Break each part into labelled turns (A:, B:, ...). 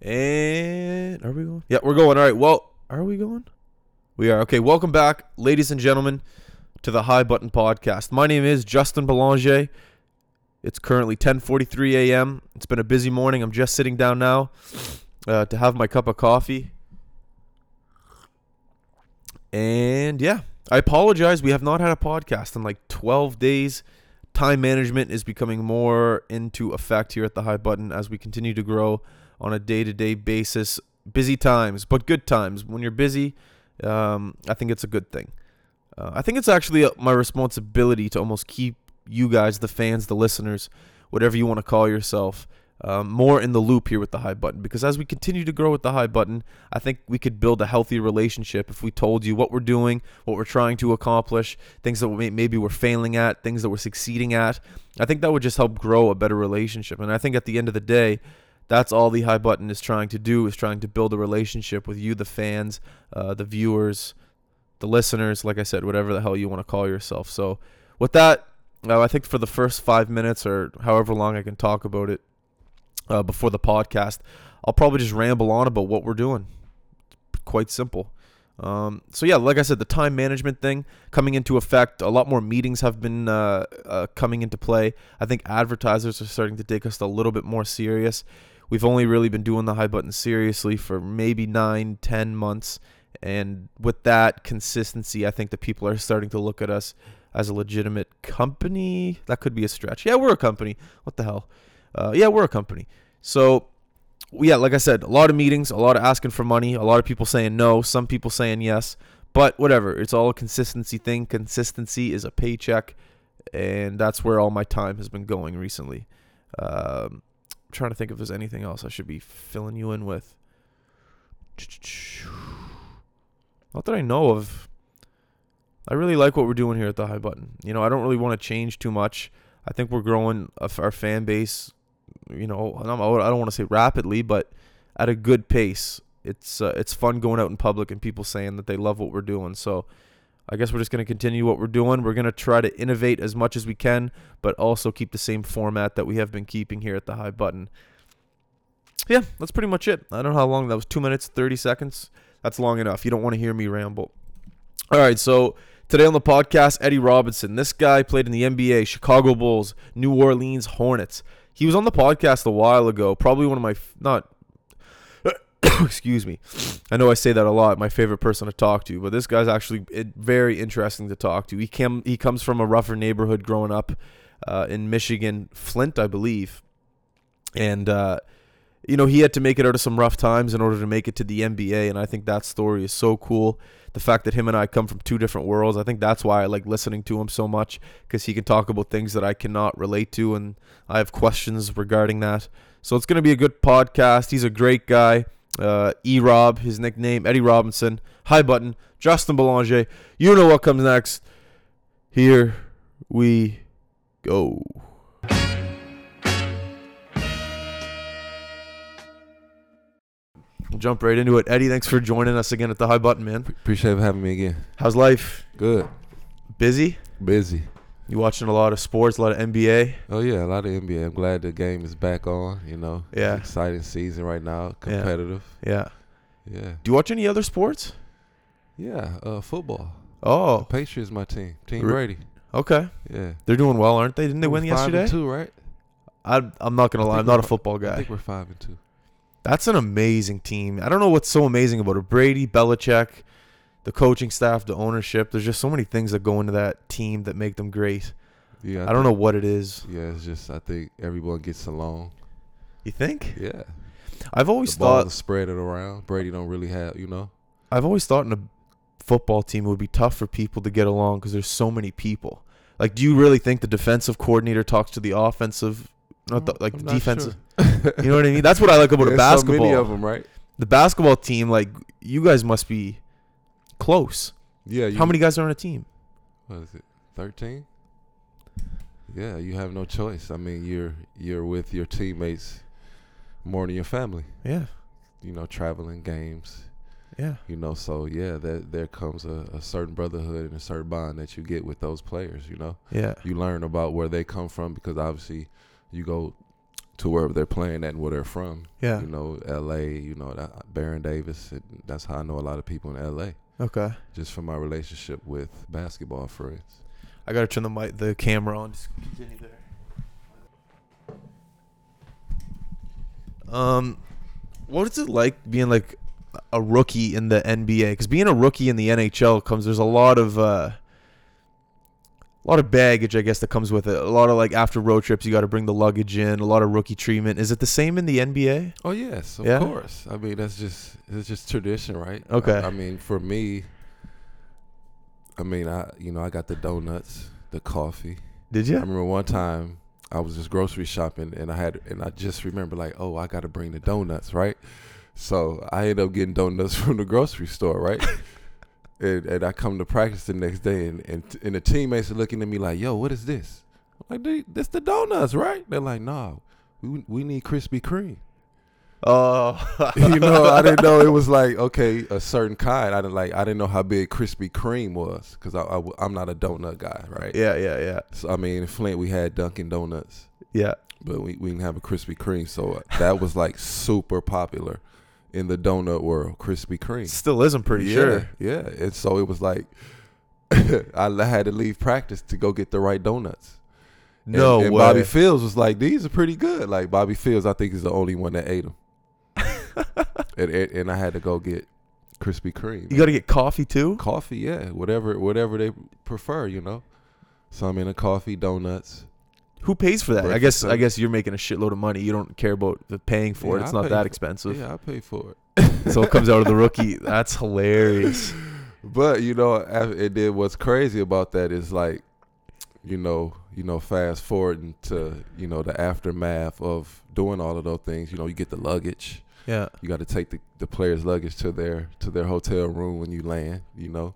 A: And are we going? Yeah, we're going. All right. Well, are we going? We are. Okay. Welcome back, ladies and gentlemen, to the High Button Podcast. My name is Justin Belanger. It's currently 10:43 a.m. It's been a busy morning. I'm just sitting down now uh, to have my cup of coffee. And yeah, I apologize. We have not had a podcast in like 12 days. Time management is becoming more into effect here at the High Button as we continue to grow on a day to day basis. Busy times, but good times. When you're busy, um, I think it's a good thing. Uh, I think it's actually uh my responsibility to almost keep you guys, the fans, the listeners, whatever you want to call yourself, um, more in the loop here with the high button. Because as we continue to grow with the high button, I think we could build a healthy relationship if we told you what we're doing, what we're trying to accomplish, things that we, maybe we're failing at, things that we're succeeding at. I think that would just help grow a better relationship. And I think at the end of the day, that's all the high button is trying to do is trying to build a relationship with you, the fans, uh, the viewers, the listeners, like I said, whatever the hell you want to call yourself. So, with that, uh, I think for the first five minutes or however long I can talk about it uh, before the podcast, I'll probably just ramble on about what we're doing. Quite simple. Um, so yeah, like I said, the time management thing coming into effect. A lot more meetings have been uh, uh, coming into play. I think advertisers are starting to take us a little bit more serious. We've only really been doing the high button seriously for maybe nine, ten months, and with that consistency, I think the people are starting to look at us as a legitimate company. That could be a stretch. Yeah, we're a company. What the hell? Uh, yeah, we're a company. So yeah, like I said, a lot of meetings, a lot of asking for money, a lot of people saying no, some people saying yes, but whatever. It's all a consistency thing. Consistency is a paycheck, and that's where all my time has been going recently. Um, I'm trying to think if there's anything else I should be filling you in with. Not that I know of. I really like what we're doing here at the High Button. You know, I don't really want to change too much. I think we're growing a f- our fan base you know, and I'm- I don't want to say rapidly, but at a good pace. It's uh, it's fun going out in public and people saying that they love what we're doing. So I guess we're just going to continue what we're doing. We're going to try to innovate as much as we can, but also keep the same format that we have been keeping here at the High Button. Yeah, that's pretty much it. I don't know how long that was. Two minutes, thirty seconds. That's long enough. You don't want to hear me ramble. All right, so today on the podcast, Eddie Robinson. This guy played in the NBA, Chicago Bulls, New Orleans Hornets. He was on the podcast a while ago. Probably one of my f- not. excuse me. I know I say that a lot. My favorite person to talk to, but this guy's actually eh, very interesting to talk to. He came. He comes from a rougher neighborhood growing up uh, in Michigan, Flint, I believe, and. Uh, you know, he had to make it out of some rough times in order to make it to the NBA, and I think that story is so cool. The fact that him and I come from two different worlds, I think that's why I like listening to him so much because he can talk about things that I cannot relate to, and I have questions regarding that. So it's going to be a good podcast. He's a great guy. Uh, e Rob, his nickname, Eddie Robinson, High Button, Justin Belanger. You know what comes next. Here we go. Jump right into it. Eddie, thanks for joining us again at the High Button, man.
B: Appreciate you having me again.
A: How's life?
B: Good.
A: Busy?
B: Busy.
A: You watching a lot of sports, a lot of NBA?
B: Oh yeah, a lot of NBA. I'm glad the game is back on, you know. It's
A: Yeah.
B: Exciting season right now. Competitive.
A: Yeah.
B: Yeah.
A: Do you watch any other sports?
B: Yeah. Uh football.
A: Oh,
B: Patriots my team. Team
A: Re-
B: Brady.
A: okay.
B: Yeah.
A: They're doing well, aren't they? Didn't they win
B: We're five and
A: yesterday? Oh,
B: two, right?
A: I, I'm not going to lie.
B: I think
A: I'm not a
B: we're-
A: football
B: I
A: guy.
B: think we're five and two.
A: That's an amazing team. I don't know what's so amazing about it. Brady, Belichick, the coaching staff, the ownership. There's just so many things that go into that team that make them great.
B: Yeah.
A: I, don't know what it is.
B: know. Yeah, it's just I think everyone gets along.
A: You think?
B: Yeah.
A: I've always
B: The ball
A: thought
B: is spread it around. Brady don't really have you know.
A: I've always thought in a football team it would be tough for people to get along because there's so many people. Like, do you really think the defensive coordinator talks to the offensive, not the, like
B: Mm, I'm
A: the
B: not
A: defensive?
B: sure.
A: You know what I mean? That's what I like about a
B: There's
A: basketball.
B: So many of them, right?
A: The basketball team, like you guys must be close.
B: Yeah. You,
A: How many guys are on a team?
B: what is it 13 yeah you have no choice i mean you're you're with your teammates more than your family
A: Yeah,
B: you know traveling games
A: yeah,
B: you know so yeah that there comes a, a certain brotherhood and a certain bond that you get with those players you know
A: yeah,
B: you learn about where they come from because obviously you go to wherever they're playing at and where they're from.
A: Yeah.
B: You know, L.A. You know, that, Baron Davis. It, that's how I know a lot of people in L.A.
A: Okay.
B: Just from my relationship with basketball friends.
A: I gotta turn the mic, the camera on. Just continue there. Um, what is it like being like a rookie in the NBA? Because being a rookie in the NHL comes there's a lot of uh, a lot of baggage, I guess, that comes with it. A lot of like after road trips, you got to bring the luggage in. A lot of rookie treatment. Is it the same in the NBA?
B: Oh yes, of
A: Yeah?
B: course. I mean that's just it's just tradition, right?
A: Okay.
B: I, I mean for me, I mean I you know I got the donuts, the coffee.
A: Did
B: I
A: you?
B: remember one time I was just grocery shopping and I had and I just remember like oh I got to bring the donuts right, so I ended up getting donuts from the grocery store right. And, and I come to practice the next day, and, and and the teammates are looking at me like, "Yo, what is this?" I'm like, "Dude, this the donuts, right?" They're like, "No, we we need Krispy Kreme."
A: Oh,
B: you know, I didn't know it was like okay, a certain kind. I didn't like. I didn't know how big Krispy Kreme was because I, I am not a donut guy, right?
A: yeah, yeah, yeah,
B: So I mean, in Flint we had Dunkin' Donuts,
A: yeah.
B: but we we didn't have a Krispy Kreme, so that was like super popular in the donut world. Krispy Kreme,
A: Still is, I'm pretty
B: Yeah,
A: sure.
B: yeah. And so it was like I had to leave practice to go get the right donuts. And-
A: No
B: and,
A: way.
B: Bobby Fields was like, "These are pretty good." Like Bobby Fields, I think is the only one that ate them. and, and and I had to go get Krispy Kreme,
A: you got to get coffee too.
B: coffee, yeah, whatever whatever they prefer, you know. So I'm in a coffee, donuts.
A: Who pays for that? I
B: Breakfast
A: guess I
B: service.
A: guess you're making a shitload of money. You don't care about the paying for it.
B: Yeah,
A: It's
B: I
A: not
B: pay
A: that
B: for-
A: expensive.
B: yeah, I pay for it.
A: so it comes out of the rookie. That's hilarious.
B: But you know, af- and then what's crazy about that is like, you know, you know, fast forwarding to you know the aftermath of doing all of those things. You know, you get the luggage.
A: Yeah.
B: you got to take the, the player's luggage to their to their hotel room when you land you know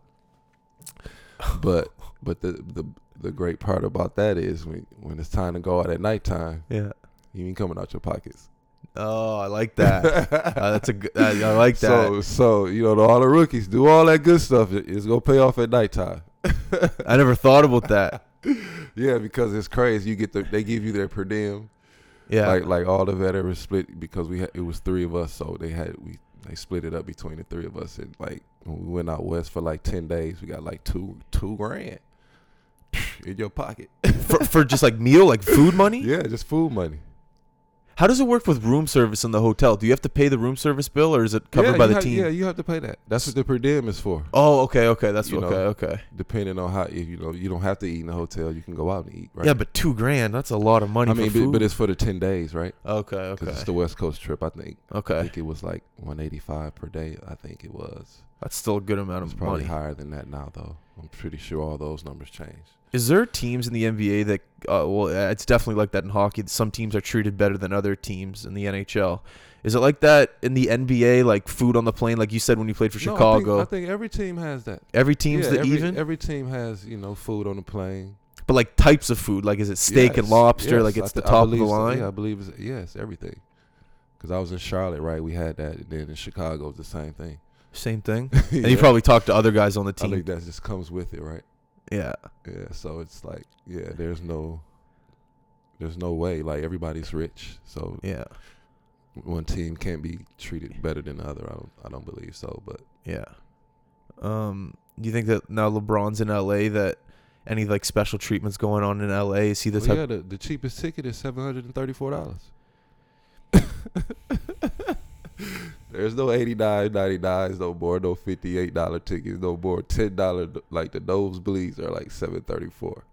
B: but but the the the great part about that is when when it's time to go out at nighttime
A: Yeah.
B: you ain't coming out your pockets
A: Oh, I like that. Uh, that's a good, I, I like that.
B: so so you know all the rookies do all that good stuff It- it's gonna pay off at nighttime
A: I never thought about that.
B: yeah because it's crazy you get the they give you their per diem
A: Yeah.
B: like like all the veterans split because we had, it was three of us, so they had we they split it up between the three of us, and like when we went out west for like ten days, we got like two two grand in your pocket.
A: for, for just like meal, like food money.
B: yeah, just food money
A: How does it work with room service in the hotel? Do you have to pay the room service bill, or is it covered
B: Yeah,
A: by
B: you
A: the
B: have-
A: team?
B: Yeah, you have to pay that. That's what the per diem is for.
A: Oh, okay, okay. That's
B: You
A: okay,
B: know,
A: okay.
B: Depending on how if you know you don't have to eat in the hotel, you can go out and eat. Right?
A: Yeah, but two grand. That's a lot of money
B: I mean,
A: for
B: but,
A: food.
B: but it's for the ten days, right?
A: okay,
B: Because
A: okay, Uh.
B: it's the West Coast trip. I think I
A: okay.
B: think it was like one eighty five per day. I think it was.
A: That's still a good amount
B: It's
A: of
B: probably
A: money.
B: higher than that now, though. I'm pretty sure all those numbers changed.
A: Is there teams in the NBA that, uh, well, uh, it's definitely like that in hockey. that Some teams are treated better than other teams in the NHL. Is it like that in the NBA, like food on the plane, like you said when you played for
B: No, I think-
A: Chicago?
B: I think, every team has that.
A: every team's
B: Yeah,
A: the
B: every,
A: even,
B: Every team has you know food on the plane.
A: but like types of food, like is it steak and
B: Yes,
A: lobster,
B: yes,
A: like it's
B: I
A: the
B: th- I
A: top of the
B: believe so.
A: line?
B: Yeah, I believe it's, yes, everything. Because I was in Charlotte, right? We had that. And then in Chicago, it's the same thing.
A: Same thing.
B: yeah.
A: And you probably talked to other guys on the
B: I
A: team.
B: think that just comes with it, right?
A: yeah.
B: Yeah. So it's like yeah, there's no, there's no way. Like everybody's rich, so
A: Yeah.
B: one team can't be treated better than the other. I don't, I don't believe so. But
A: Yeah. Um, do you think that now LeBron's in LA that any like special treatments going on in LA? Is he the
B: Well,
A: type?
B: yeah, the, the cheapest ticket is seven hundred and thirty-four dollars. There's no eighty-nine, ninety-nines, no more, no fifty-eight dollar tickets, no more ten dollar. Like the nosebleeds are like seven thirty-four.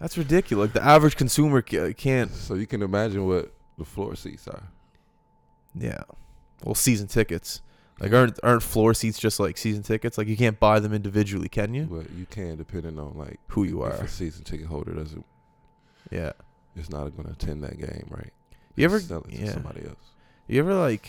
A: That's ridiculous. Like the average consumer ca- can't.
B: So you can imagine what the floor seats are.
A: Yeah. Well, season tickets. Like aren't aren't floor seats just like season tickets? Like you can't buy them individually, can you?
B: But you can, depending on like
A: Who you
B: if
A: are.
B: a season ticket holder doesn't,
A: Yeah.
B: is not going to attend that game, right?
A: You ever
B: sell it to
A: yeah.
B: somebody else?
A: You ever like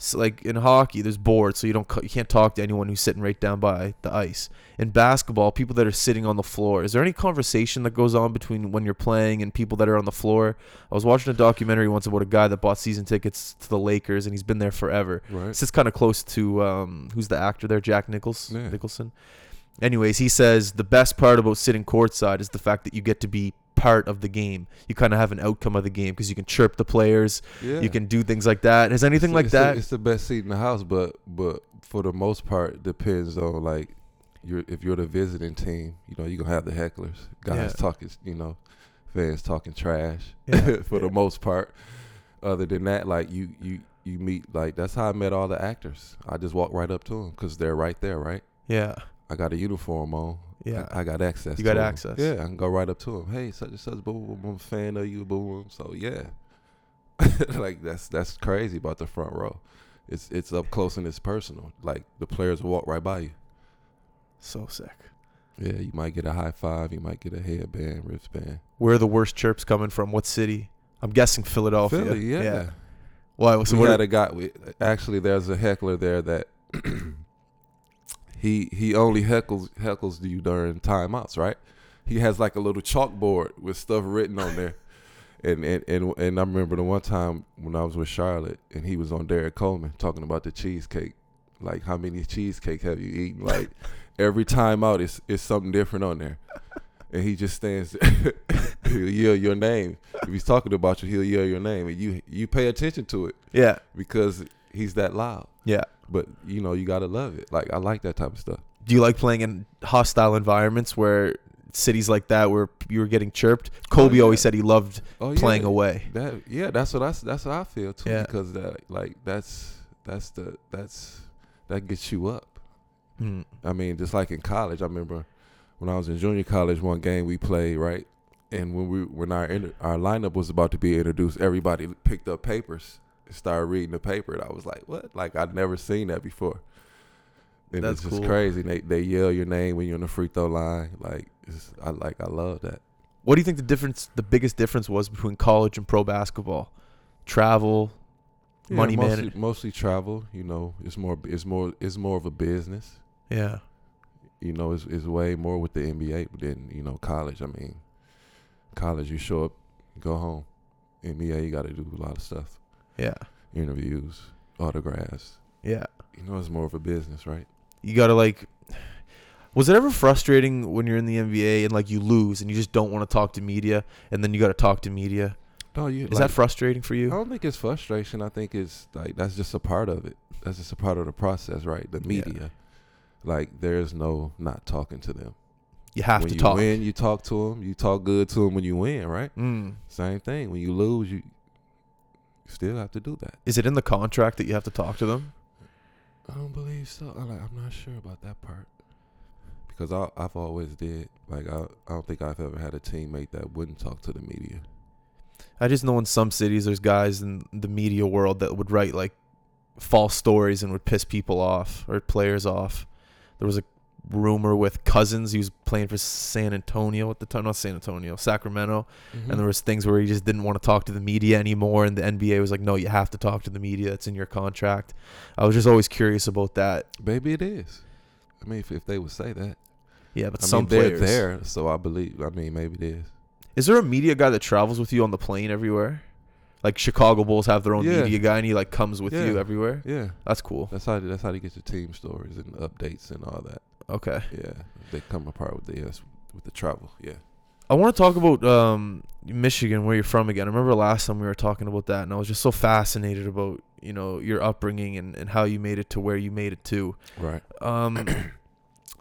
A: so like in hockey there's boards so you don't co- you can't talk to anyone who's sitting right down by the ice. In basketball, people that are sitting on the floor. Is there any conversation that goes on between when you're playing and people that are on the floor? I was watching a documentary once about a guy that bought season tickets to the Lakers and he's been there forever.
B: Right.
A: sits kind of close to um, who's the actor there, Jack Nichols
B: Yeah.
A: Nicholson. Anyways, he says the best part about sitting courtside is the fact that you get to be part of the game. You kind of have an outcome of the game because you can chirp the players,
B: Yeah.
A: you can do things like that. Has anything
B: It's-
A: like
B: it's the-
A: that?
B: it's the best seat in the house, but but for the most part, depends on like you're if you're the visiting team, you know, you're gonna have the hecklers. Guys
A: Yeah.
B: talking you know, fans talking trash
A: Yeah.
B: for the most part. Other than that, like you you you meet like that's how I met all the actors. I just walked right up to them because they're right there, right?
A: yeah,
B: I got a uniform on.
A: Yeah.
B: I, I got access.
A: You got
B: to 'em.
A: access.
B: Yeah, I can go right up to him. Hey, such and such, boom, boom, I'm a fan of you, boom, boom. So yeah, like that's that's crazy about the front row. It's it's up close and it's personal. Like the players walk right by you.
A: so sick.
B: Yeah, you might get a high five. You might get a headband, wristband.
A: Where are the worst chirps coming from? What city? I'm guessing Philadelphia.
B: Philly, yeah.
A: Why? So
B: we
A: what?
B: had a guy. We, actually, there's a heckler there that he he only heckles heckles you during timeouts, right? He has like a little chalkboard with stuff written on there, and and and, and I remember the one time when I was with Charlotte and he was on Derek Coleman talking about the cheesecake, like how many cheesecake have you eaten? Like every timeout, it's it's something different on there. And he just stands, there. he'll yell your name. If he's talking about you, he'll yell your name, and you you pay attention to it
A: yeah,
B: because he's that loud.
A: yeah.
B: But you know, you gotta love it. Like I like that type of stuff.
A: Do you like playing in hostile environments where cities like that where you were getting chirped? Kobe
B: yeah.
A: always said he loved
B: Oh
A: playing
B: yeah,
A: away.
B: That yeah, that's what I s- that's what I feel too.
A: Yeah.
B: Because that like that's that's the that's that gets you up.
A: Mm.
B: I mean, just like in college, I remember when I was in junior college, one game we played right, and when we when our inter- our lineup was about to be introduced, everybody picked up papers, and started reading the paper, and I was like, "What? Like I'd never seen that before." And
A: That's
B: it's just
A: cool.
B: crazy. They they yell your name when you're on the free throw line. Like it's, I like I love that.
A: What do you think the difference, the biggest difference was between college and pro basketball? Travel, money
B: mostly,
A: man.
B: mostly travel. You know, it's more it's more it's more of a business.
A: Yeah,
B: you know, it's, it's way more with the NBA than, you know, college. I mean, college, you show up, go home. NBA, you got to do a lot of stuff
A: yeah,
B: interviews, autographs.
A: yeah.
B: You know, it's more of a business, right?
A: You gotta like. Was it ever frustrating when you're in the NBA and like you lose and you just don't want to talk to media and then you got to talk to media?
B: No, you.
A: Is that frustrating for
B: I
A: you?
B: don't think it's frustration. I think it's like that's just a part of it. That's just a part of the process, right? The
A: Yeah.
B: media. Like there's no not talking to them.
A: You have
B: when
A: to
B: you
A: talk.
B: win, you talk to them. You talk good to them when you win, right?
A: Mm.
B: Same thing. When you lose, you still have to do that.
A: Is it in the contract that you have to talk to them?
B: I don't believe so. I, like, I'm not sure about that part because I, I've always did. Like I, I don't think I've ever had a teammate that wouldn't talk to the media.
A: I just know in some cities there's guys in the media world that would write like false stories and would piss people off or players off. There was a rumor with Cousins. He was playing for San Antonio at the time, not San Antonio, Sacramento.
B: Mm-hmm.
A: And there was things where he just didn't want to talk to the media anymore. And the NBA was like, "No, you have to talk to the media. It's in your contract." I was just always curious about that.
B: Maybe it is. I mean, if, if they would say that,
A: Yeah, but
B: I
A: some
B: mean, they're
A: players.
B: there, so I believe. I mean, maybe it is.
A: Is there a media guy that travels with you on the plane everywhere? Like Chicago Bulls have their own
B: Yeah.
A: media guy, and he like comes with
B: Yeah.
A: you everywhere.
B: Yeah,
A: That's cool.
B: that's how that's how they get your team stories and updates and all that.
A: Okay.
B: Yeah, they come apart with the yes, with the travel. Yeah,
A: I want to talk about um, Michigan, where you're from again. I remember last time we were talking about that, and I was just so fascinated about you know your upbringing and, and how you made it to where you made it to.
B: right.
A: Um,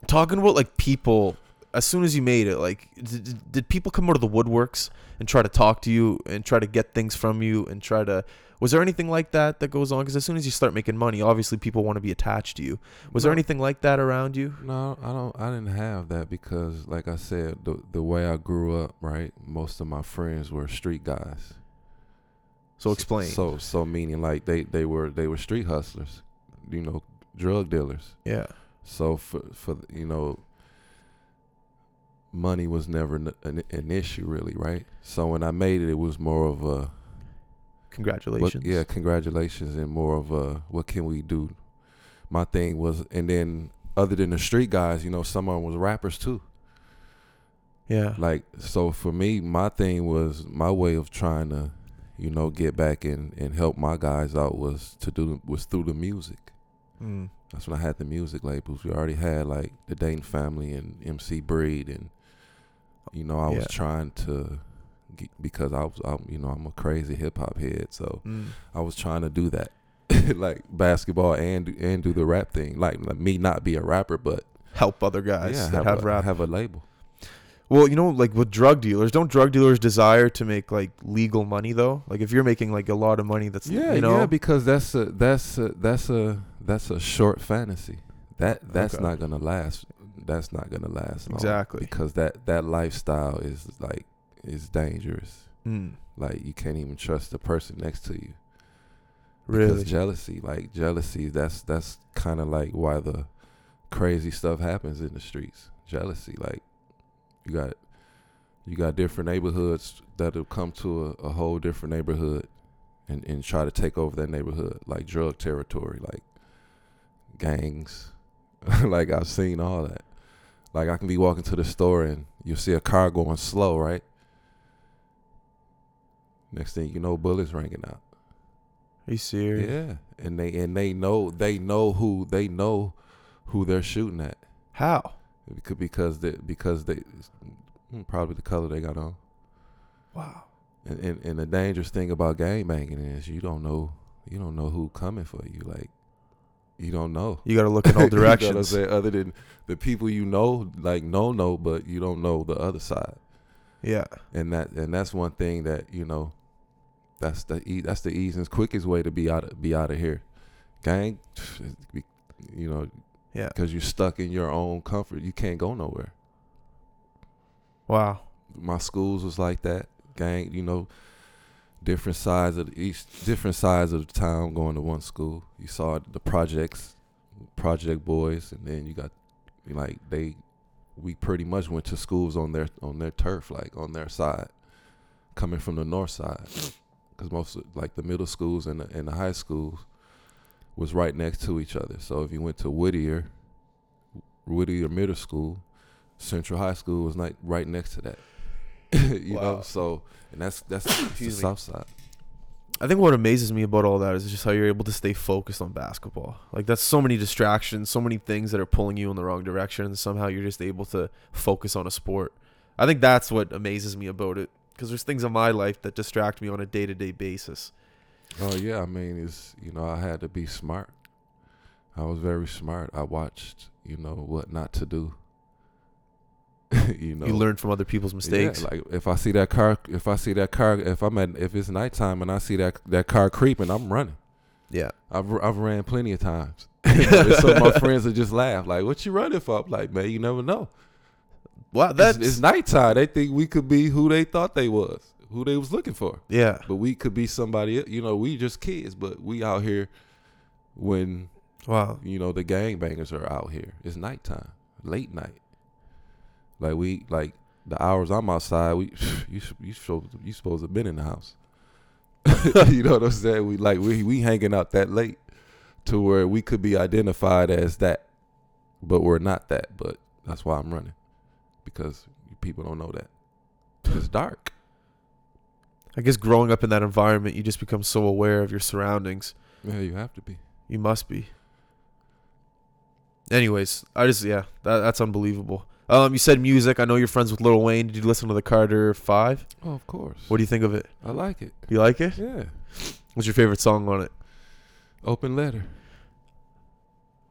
A: talking about like people, as soon as you made it, like did, did- did people come out of the woodworks and try to talk to you and try to get things from you and try to was there anything like that that goes on? Because as soon as you start making money, obviously people want to be attached to you. Was there
B: No.
A: anything like that around you?
B: No, I don't. I didn't have that because, like I said, the the way I grew up, right. Most of my friends were street guys.
A: So explain.
B: So so meaning like they they were they were street hustlers, you know, drug dealers.
A: yeah,
B: So for for you know, money was never n- an, an issue really, right? So when I made it, it was more of a what-
A: congratulations.
B: yeah, congratulations, and more of a what can we do? My thing was, and then other than the street guys, you know, some of them was rappers too.
A: yeah.
B: Like so for me, my thing was my way of trying to, you know, get back and and help my guys out was to do was through the music.
A: Mm.
B: That's when I had the music labels. We already had like the Dayton Family and MC Breed and You know, I
A: Yeah.
B: was trying to get, because I was, I'm, you know, I'm a crazy hip hop head, so
A: Mm.
B: I was trying to do that, like basketball and and do the rap thing, like, like me not be a rapper, but
A: Help other guys
B: yeah,
A: that
B: have,
A: have
B: a,
A: rap.
B: have a label.
A: Well, you know, like with drug dealers, don't drug dealers desire to make like legal money though? Like if you're making like a lot of money, that's
B: Yeah,
A: you know,
B: yeah, because that's a that's a that's a that's a short fantasy. That that's
A: Okay.
B: not gonna last. That's not gonna last long.
A: Exactly.
B: Because that that lifestyle is like is dangerous.
A: Mm,
B: Like you can't even trust the person next to you.
A: really,
B: Because jealousy, like jealousy, that's that's kind of like why the crazy stuff happens in the streets. Jealousy, like you got you got different neighborhoods that'll come to a, a whole different neighborhood and and try to take over that neighborhood, like drug territory, like gangs. like I've seen all that. Like I can be walking to the store and you'll see a car going slow, right? Next thing you know, bullets ringing out.
A: are you serious?
B: Yeah, and they and they know they know who they know who they're shooting at
A: How?
B: Becau- because they, because they mm, probably the color they got on.
A: Wow.
B: And, and and the dangerous thing about gang banging is you don't know you don't know who coming for you like you don't know
A: You got to look in all
B: You know what I'm
A: directions.
B: saying? other than the people you know like no no but you don't know the other side
A: yeah.
B: and that and that's one thing that you know that's the ea- that's the easiest quickest way to be out of be out of here gang you know
A: Yeah.
B: because you're stuck in your own comfort you can't go nowhere
A: Wow.
B: my schools was like that gang you know different sides of each different sides of the town going to one school you saw the projects project boys and then you got like they we pretty much went to schools on their on their turf like on their side coming from the north side because most of, like the middle schools and the, and the high schools was right next to each other so if you went to whittier whittier middle school central high school was like right next to that you
A: Wow.
B: know so and that's that's the
A: Excuse me.
B: south side
A: I think what amazes me about all that is just how you're able to stay focused on basketball. Like that's so many distractions, so many things that are pulling you in the wrong direction, and somehow you're just able to focus on a sport. I think that's what amazes me about it, because there's things in my life that distract me on a day-to-day basis.
B: Oh yeah, I mean, it's you know, I had to be smart. I was very smart. I watched, you know, what not to do. you know,
A: You learn from other people's
B: Yeah,
A: mistakes.
B: like if I see that car, if I see that car, if I'm at, if it's nighttime and I see that that car creeping, I'm running.
A: yeah.
B: I've r- I've ran plenty of times. And so my friends would just laugh, like, "What you running for?" I'm like, man, you never know.
A: Wow. That's
B: That's it's, it's nighttime. They think we could be who they thought they was, who they was looking for
A: yeah.
B: but we could be somebody el- you know we just kids but we out here when
A: Wow.
B: you know the gangbangers are out here it's nighttime late night like we like the hours i'm outside we you s- you supposed you supposed to have been in the house you know what i'm saying we like we we hanging out that late to where we could be identified as that but we're not that but that's why i'm running because people don't know that it's dark
A: I guess growing up in that environment, you just become so aware of your surroundings.
B: yeah you have to be
A: You must be. Anyways, I just yeah, that, that's unbelievable. Um, you said music. I know you're friends with Lil Wayne. Did you listen to the Carter Five?
B: oh of course
A: What do you think of it?
B: i like it
A: You like it?
B: Yeah.
A: What's your favorite song on it?
B: Open letter.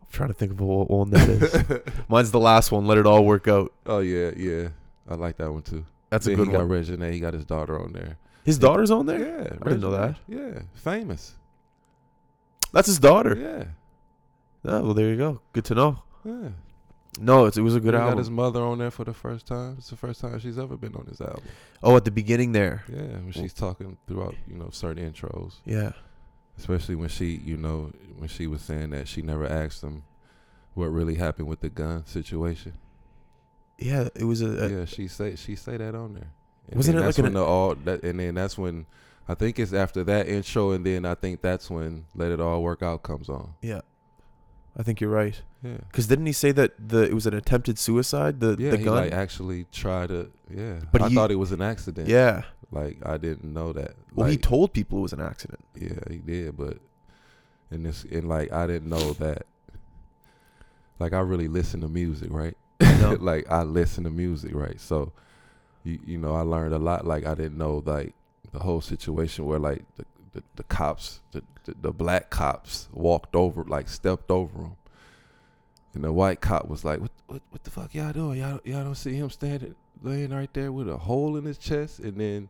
A: I'm trying to think of what one that is. Mine's the last one. Let it all work out.
B: oh yeah, yeah. I like that one too.
A: That's a
B: Then
A: good
B: he got
A: one.
B: Regine, he got his daughter on there.
A: His daughter's on there.
B: Yeah.
A: I didn't know that.
B: Yeah. Famous.
A: That's his daughter.
B: Yeah.
A: Oh, well, there you go. Good to know.
B: Yeah.
A: No, it's, it was a good
B: he got his
A: album.
B: mother on there for the first time. It's the first time she's ever been on his album.
A: Oh, at the beginning there.
B: Yeah. When she's talking throughout, you know, certain intros.
A: Yeah.
B: Especially when she, you know, when she was saying that she never asked him what really happened with the gun situation.
A: Yeah. It was a. a
B: yeah, she say she say that on there. And
A: Uh, Wasn't
B: then
A: it
B: that's
A: like
B: when
A: an-
B: the all that, and then that's when I think it's after that intro, and then I think that's when "Let It All Work Out" comes on.
A: I think you're right.
B: Yeah,
A: Because didn't he say that the it was an attempted suicide? The
B: yeah,
A: the
B: he
A: gun.
B: like actually tried to. Yeah,
A: But
B: but I
A: he-
B: thought it was an accident.
A: yeah.
B: like I didn't know that.
A: Well, he
B: Like,
A: told people it was an accident.
B: yeah, he did, but and this and like I didn't know that. Like I really listen to music, right?
A: No.
B: like I listen to music, right? So you you know I learned a lot. Like I didn't know like the whole situation where like the the, the cops the, the the black cops walked over like stepped over him, and the white cop was like, "What what what the fuck y'all doing? Y'all y'all don't see him standing laying right there with a hole in his chest?" And then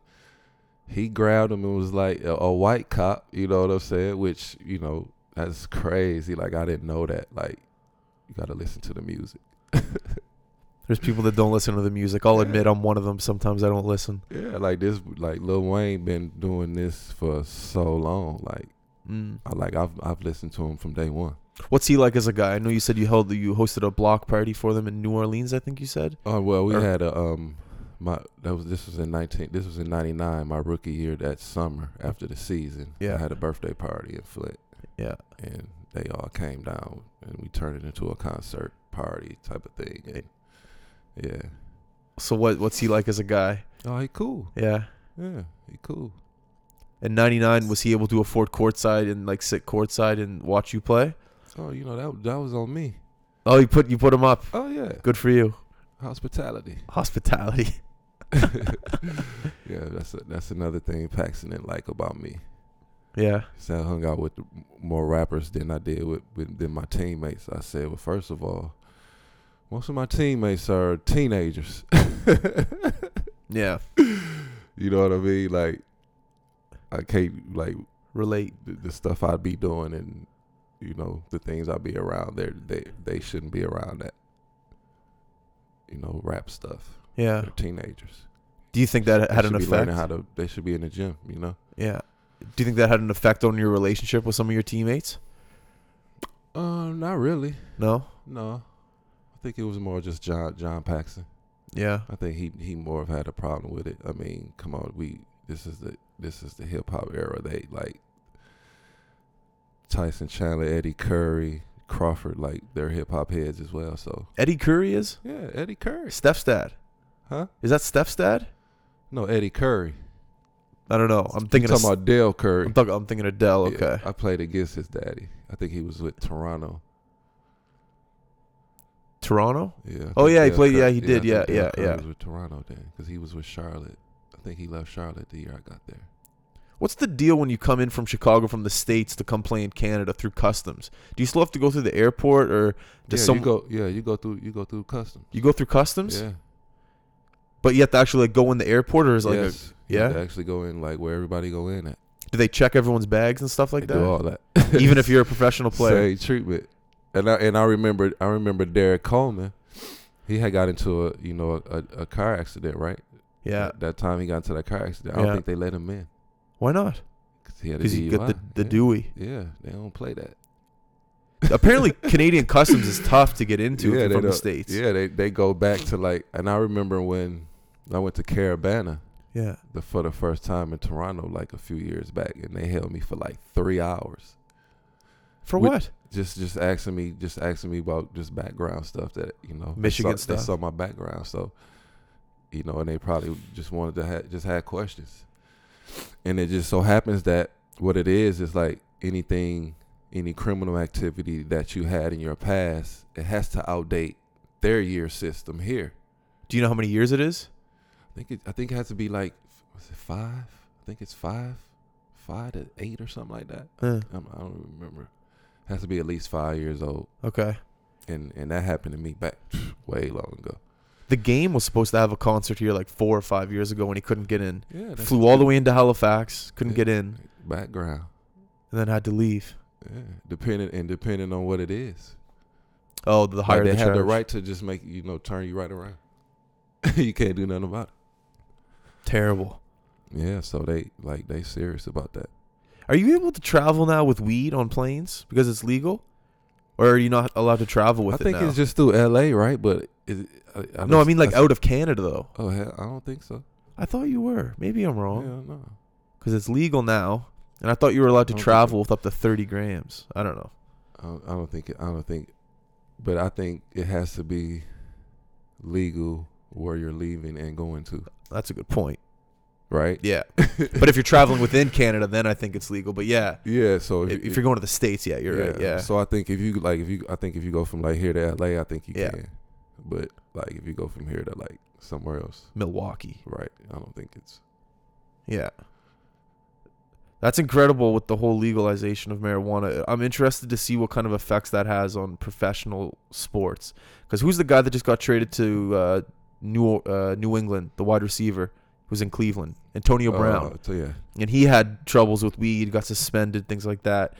B: he grabbed him and was like a, a white cop. You know what I'm saying? Which you know that's crazy. Like I didn't know that. Like you got to listen to the music.
A: There's people that don't listen to the music. I'll admit I'm one of them. Sometimes I don't listen.
B: Yeah, like this, like Lil Wayne been doing this for so long. Like,
A: Mm.
B: I like I've I've listened to him from day one.
A: What's he like as a guy? I know you said you held you hosted a block party for them in New Orleans. I think you said.
B: Oh well, we
A: Er-
B: had a um, my that was this was in nineteen this was in ninety nine my rookie year that summer after the season.
A: Yeah.
B: I had a birthday party in Flint,
A: Yeah.
B: and they all came down and we turned it into a concert party type of thing. And, yeah.
A: So what what's he like as a guy?
B: Oh, he cool.
A: Yeah.
B: Yeah, he cool.
A: In '99, was he able to afford courtside and like sit courtside and watch you play?
B: Oh, you know that that was on me.
A: Oh, you put you put him up.
B: Oh yeah,
A: Good for you.
B: hospitality.
A: Hospitality.
B: Yeah, that's a, that's another thing Paxton didn't like about me.
A: Yeah.
B: Is I hung out with more rappers than I did with, with than my teammates. I said, well, first of all, most of my teammates are teenagers.
A: Yeah.
B: you know what I mean? Like, I can't like
A: Relate.
B: the, the stuff I'd be doing and you know the things I'd be around. They they they shouldn't be around that. You know, rap stuff.
A: Yeah.
B: They're teenagers.
A: Do you think that
B: They
A: Uh, had an
B: should be learning how
A: effect?
B: to. They should be in the gym. You know.
A: Yeah. Do you think that had an effect on your relationship with some of your teammates?
B: Um, not really.
A: No.
B: No, I think it was more just John John Paxson.
A: Yeah.
B: I think he he more of had a problem with it. I mean, come on, we this is the this is the hip hop era. They like Tyson Chandler, Eddie Curry, Crawford, like they're hip hop heads as well. So
A: Eddie Curry is
B: yeah, Eddie Curry,
A: Steph's dad.
B: huh?
A: Is that Steph's dad?
B: No, Eddie Curry.
A: I don't know. Oh, I'm thinking.
B: Talking
A: Of,
B: about Dale Curry.
A: I'm, talking I'm thinking of Dell.
B: Yeah,
A: Okay.
B: I played against his daddy. I think he was with Toronto.
A: Toronto.
B: Yeah. I
A: Oh,
B: think
A: yeah, he
B: Dale
A: played- yeah, he
B: I
A: did,
B: think
A: yeah,
B: Dale
A: yeah,
B: Curry
A: yeah.
B: Was with Toronto then, because he was with Charlotte. I think he left Charlotte the year I got there.
A: What's the deal when you come in from Chicago from the states to come play in Canada through customs? Do you still have to go through the airport, or does
B: yeah,
A: some
B: you go yeah you go through you go through customs
A: you go through customs?
B: yeah
A: But you have to actually like go in the airport, or is it like a-
B: yes.
A: yeah?
B: You have to actually go in like where everybody go in at
A: do they check everyone's bags and stuff like
B: They do
A: that?
B: all that
A: Even if you're a professional player,
B: same treatment and I and I remember I remember Derek Coleman he had got into a you know a, a, car accident right
A: yeah.
B: that, that time he got into that car accident I
A: Yeah.
B: don't think they let him in
A: Why not?
B: because he had a
A: Because
B: DUI
A: you got the the
B: yeah.
A: Dewey.
B: yeah they don't play that
A: Apparently, Canadian customs is tough to get into if
B: Yeah,
A: you're
B: they
A: from the
B: don't-
A: states.
B: yeah they they go back to like and I remember when I went to Caravana
A: yeah.
B: the for the first time in Toronto like a few years back, and they held me for like three hours.
A: For
B: Which-
A: what?
B: Just just asking me just asking me about just background stuff that you know they
A: Michigan
B: saw,
A: stuff.
B: They saw my background, so you know, and they probably just wanted to ha- just had questions. And it just so happens that what it is is like anything, any criminal activity that you had in your past, it has to outdate their year system here.
A: Do you know how many years it is?
B: I think it, I think it has to be like was it five? I think it's five, five to eight or something like that.
A: Uh,
B: I'm, I don't remember. Has to be at least five years old,
A: okay.
B: and and that happened to me back way long ago.
A: The game was supposed to have a concert here like four or five years ago, and he couldn't get in.
B: Yeah, that's
A: Flew all the way into Halifax, couldn't
B: Yeah.
A: get in.
B: background.
A: and then had to leave.
B: Yeah, depending and depending on what it is.
A: Oh, the higher
B: Like, they
A: the
B: had
A: charge.
B: the right to just make you know turn you right around. you can't do nothing about
A: Terrible.
B: it. Yeah, so they like they serious about that.
A: Are you able to travel now with weed on planes because it's legal, or are you not allowed to travel with
B: I
A: it
B: think
A: now?
B: it's just through L.A. right, but it, I, I
A: no, I
B: just-
A: mean like
B: I,
A: out of Canada though.
B: oh hell, I don't think so.
A: I thought you were. Maybe I'm wrong
B: Hell no.
A: because it's legal now, and I thought you were allowed to
B: I don't think
A: travel
B: it-
A: with up to 30 grams. I don't know.
B: I don't, I don't think it, I don't think, but I think it has to be legal where you're leaving and going to,
A: That's a good point.
B: right?
A: Yeah, but if you're traveling within Canada, then I think it's legal. But yeah,
B: Yeah. So
A: if, if you're going to the states, yeah, you're right. Yeah,
B: So I think if you like, if you, I think if you go from like here to LA, I think you
A: Yeah.
B: can. But like, if you go from here to like somewhere else.
A: Milwaukee.
B: Right. I don't think it's
A: Yeah. That's incredible with the whole legalization of marijuana. I'm interested to see what kind of effects that has on professional sports. Because who's the guy that just got traded to uh, New uh, New England, the wide receiver who's in Cleveland, Antonio Brown,
B: Uh, so yeah.
A: and he had troubles with weed, got suspended, things like that.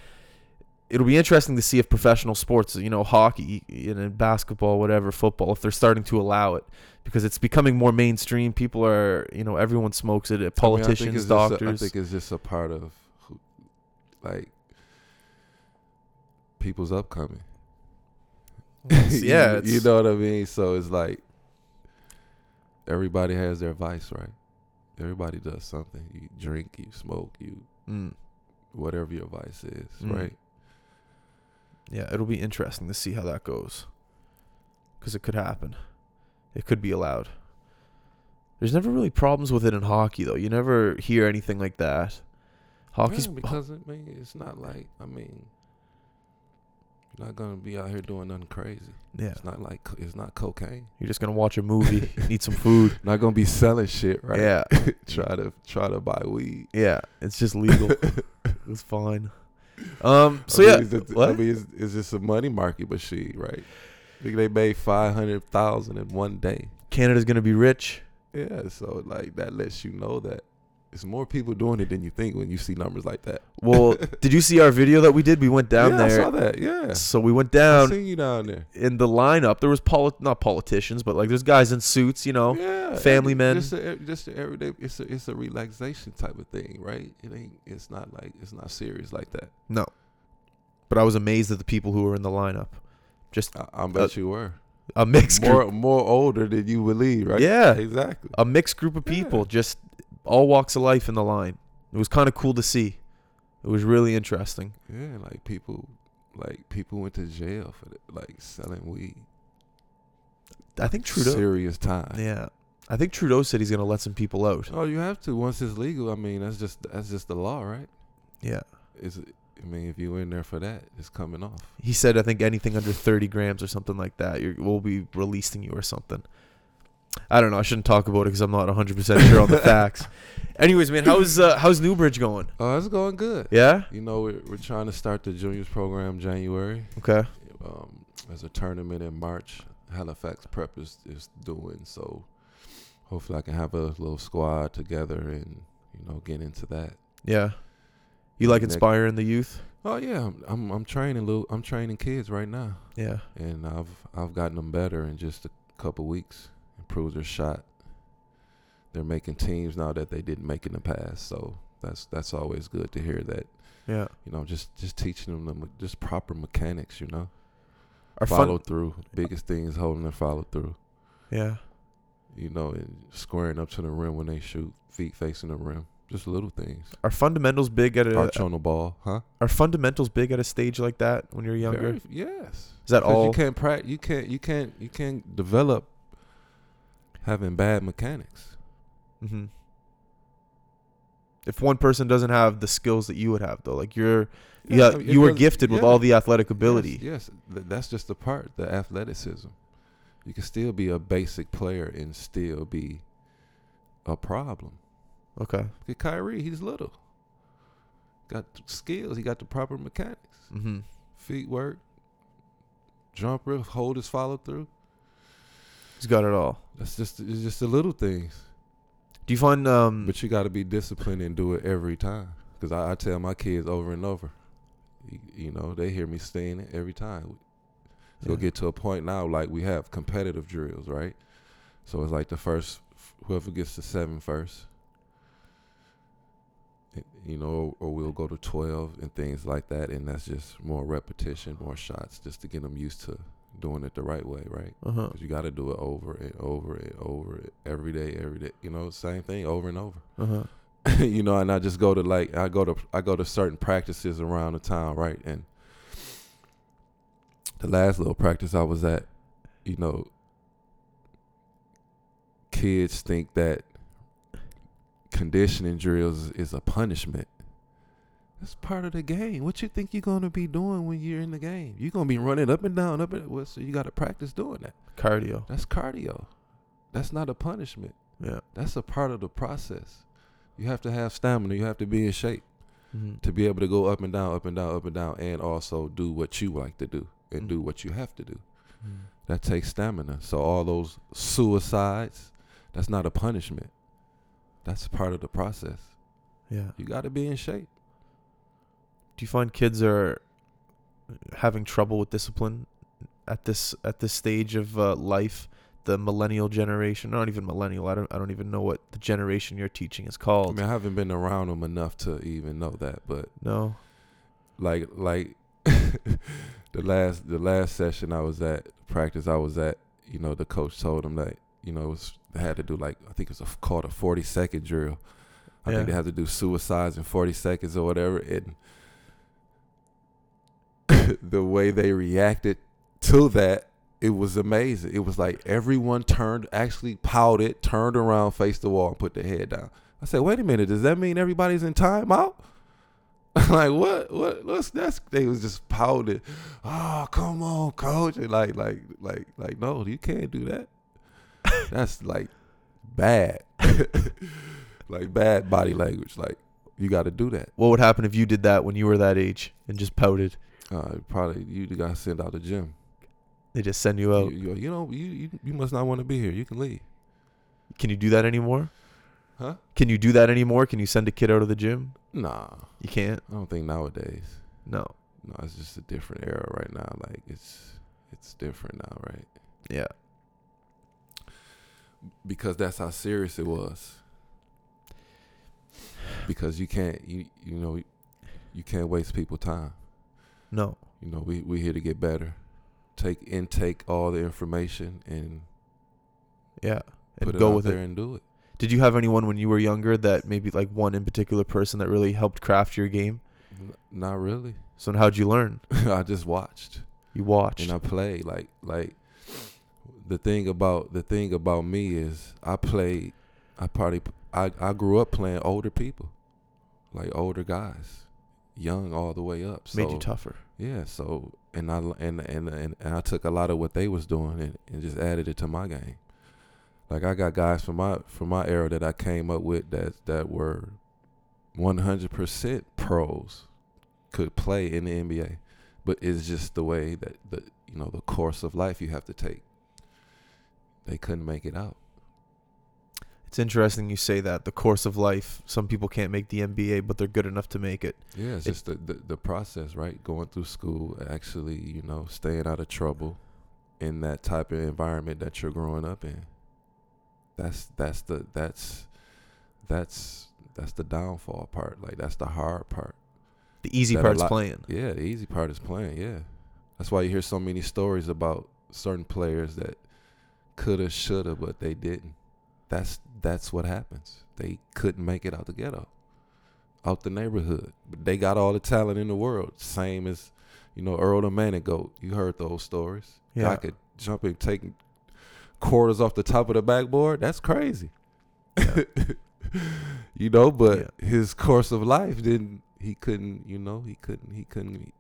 A: It'll be interesting to see if professional sports, you know, hockey and then basketball, whatever, football, if they're starting to allow it because it's becoming more mainstream. People are, you know, everyone smokes it.
B: I mean, I think
A: Politicians,
B: it's just a-
A: doctors.
B: I think it's just a part of who- like people's upcoming. You-
A: yeah, it's-
B: you know what I mean. So it's like everybody has their vice, right? Everybody does something. You drink, you smoke, you
A: Mm.
B: whatever your vice is,
A: Mm.
B: right?
A: Yeah, it'll be interesting to see how that goes. Because it could happen. It could be allowed. There's never really problems with it in hockey, though. You never hear anything like that. Hockey's.
B: Yeah, because I mean, it's not like I mean, you're not gonna be out here doing nothing crazy.
A: yeah.
B: It's not like it's not cocaine.
A: You're just going to watch a movie, eat some food.
B: Not gonna be selling shit, right?
A: Yeah.
B: try to try to buy weed.
A: Yeah. It's just legal. it's fine. Um. So,
B: I
A: yeah.
B: mean, is it- I
A: what?
B: mean, it's, it's just a money market machine, right? Think they made five hundred thousand in one day.
A: Canada's going to be rich.
B: Yeah, so like that lets you know that it's more people doing it than you think when you see numbers like that.
A: Well, did you see our video that we did? We went down
B: yeah,
A: there.
B: I saw that. Yeah,
A: So, we went
B: I
A: down.
B: seen you down there.
A: in the lineup, there was poli- not politicians, but like there's guys in suits, you know.
B: yeah,
A: family
B: every-
A: men.
B: Just a, e, just a everyday. It's a it's a relaxation type of thing, right? It ain't. It's not like it's not serious like that.
A: No. But I was amazed at the people who were in the lineup.
B: I, I
A: Uh,
B: bet you were
A: A mixed group.
B: more more older than you believe, right?
A: Yeah. Um,
B: exactly.
A: A mixed group of
B: Yeah.
A: people, just all walks of life in the line. It was kind of cool to see. It was really interesting.
B: Yeah, like people, like people went to jail for the, like selling weed.
A: I think Trudeau.
B: serious time.
A: Yeah. I think Trudeau said he's going to let some people out.
B: Oh, you have to once it's legal. I mean, that's just that's just the law, right?
A: Yeah.
B: Is I mean, if you in there for that, it's coming off.
A: He said, I think anything under 30 grams or something like that, you're, we'll be releasing you or something. I don't know. I shouldn't talk about it because I'm not 100% sure on the facts. Anyways, man, how's uh, how's Newbridge going?
B: Oh, it's going good.
A: Yeah.
B: You know, we're, we're trying to start the juniors program January.
A: Okay.
B: Um, there's a tournament in March. Halifax Prep is, is doing so. Hopefully, I can have a little squad together and you know get into that.
A: Yeah. You like
B: Nick.
A: inspiring the youth?
B: Oh yeah, I'm I'm, I'm training little. I'm training kids right now.
A: Yeah.
B: and I've I've gotten them better in just a couple weeks. Improved their shot. They're making teams now that they didn't make in the past, so that's that's always good to hear that.
A: Yeah.
B: You know, just just teaching them the, me- just proper mechanics. You know,
A: Our
B: follow
A: fun.
B: through. Biggest thing is holding their follow through.
A: Yeah.
B: You know, and squaring up to the rim when they shoot, feet facing the rim. Just little things.
A: Are fundamentals big at a
B: Arch on the ball, huh?
A: are fundamentals big at a stage like that when you're younger?
B: Very- yes.
A: Is that
B: 'Cause
A: all?
B: You can't prac- You can't. You can't. You can't develop having bad mechanics.
A: Mm-hmm. If one person doesn't have the skills that you would have, though, like you're,
B: Yeah,
A: yeah,
B: I mean, it
A: you were
B: does-
A: gifted with
B: yeah.
A: all the athletic ability.
B: Yes, yes. Th- that's just the part, the athleticism. You can still be a basic player and still be a problem.
A: Okay.
B: Look at Kyrie, he's little. Got th- skills. He got the proper mechanics,
A: Mm-hmm.
B: feet work, jump real, hold his follow through.
A: He's got it all.
B: That's just it's just the little things.
A: Do you find um?
B: But you got to be disciplined and do it every time. Because I, I tell my kids over and over, you, you know, they hear me saying it every time. So
A: yeah.
B: it'll get to a point now, like we have competitive drills, right? So it's like the first, whoever gets to seven first, it- you know, or we'll go to 12 and things like that. And that's just more repetition, more shots, just to get them used to doing it the right way, right?
A: uh-huh.
B: 'Cause you got to do it over and over and over every day, every day. You know, same thing over and over.
A: Uh-huh.
B: you know, and I just go to like I go to I go to certain practices around the town, right? And the last little practice I was at, you know, kids think that conditioning drills is a punishment. That's part of the game. What you think you're gonna be doing when you're in the game? You're gonna be running up and down, up and well, so you gotta practice doing that.
A: Cardio.
B: That's cardio. That's not a punishment.
A: Yeah.
B: That's a part of the process. You have to have stamina. You have to be in shape
A: Mm-hmm.
B: to be able to go up and down, up and down, up and down, and also do what you like to do and
A: Mm.
B: do what you have to do. That takes stamina. So all those suicides, that's not a punishment. That's part of the process.
A: Yeah.
B: You got to be in shape.
A: Do you find kids are having trouble with discipline at this at this stage of uh, life? The millennial generation, not even millennial. I don't. I don't even know what the generation you're teaching is
B: I
A: called.
B: mean, I haven't been around them enough to even know that, but
A: No.
B: like like the last the last session I was at practice I was at you know the coach told them that you know it was, they had to do like I think it was a, called a forty second drill. I
A: Yeah.
B: think they had to do suicides in forty seconds or whatever, and the way they reacted to that it was amazing. It was like everyone turned actually pouted, turned around, faced the wall, and put their head down. I said, "Wait a minute, does that mean everybody's in timeout?" like what? What? What's that's? They was just pouted. Oh, come on, coach! And like, like, like, like, no, you can't do that. That's like bad, like bad body language. Like you got to do that.
A: What would happen if you did that when you were that age and just pouted?
B: Uh, probably you got to send out the gym.
A: They just send you out.
B: you, you, you know, you, you you must not want to be here. You can leave,
A: Can you do that anymore?
B: huh?
A: Can you do that anymore? Can you send a kid out of the gym?
B: Nah,
A: You can't.
B: I don't think nowadays.
A: No.
B: No, it's just a different era right now. Like it's it's different now, right?
A: Yeah.
B: because that's how serious it was. Because you can't, you you know, you can't waste people time.
A: No.
B: You know, we we here to get better. Take intake all the information and,
A: Yeah. And
B: put it
A: go
B: out
A: with
B: there
A: it.
B: and do it.
A: Did you have anyone when you were younger that maybe like one in particular person that really helped craft your game?
B: N- Not really.
A: So then how'd you learn?
B: I just watched
A: You watched.
B: and I played. Like like the thing about the thing about me is I played. I probably I I grew up playing older people, like older guys, young all the way up. So
A: Made you tougher.
B: Yeah, so and I and and and, and I took a lot of what they was doing and, and just added it to my game. Like I got guys from my from my era that I came up with that that were one hundred percent pros, could play in the NBA, but it's just the way that the you know the course of life you have to take. They couldn't make it out.
A: It's interesting you say that. The course of life. Some people can't make the NBA, but they're good enough to make it.
B: Yeah, it's
A: It-
B: just the, the the process, right? Going through school, actually, you know, staying out of trouble in that type of environment that you're growing up in. That's that's the that's that's that's the downfall part. Like that's the hard part.
A: The easy
B: That a
A: part's
B: lot-
A: playing.
B: Yeah, the easy part is playing. Yeah, that's why you hear so many stories about certain players that coulda, shoulda, but they didn't. That's that's what happens. They couldn't make it out the ghetto, out the neighborhood. But they got all the talent in the world. Same as, you know, Earl the Man and Goat. You heard those stories.
A: Yeah.
B: I could jump and take quarters off the top of the backboard. That's crazy. you know, but his course of life didn't. He couldn't. You know, he couldn't. He couldn't.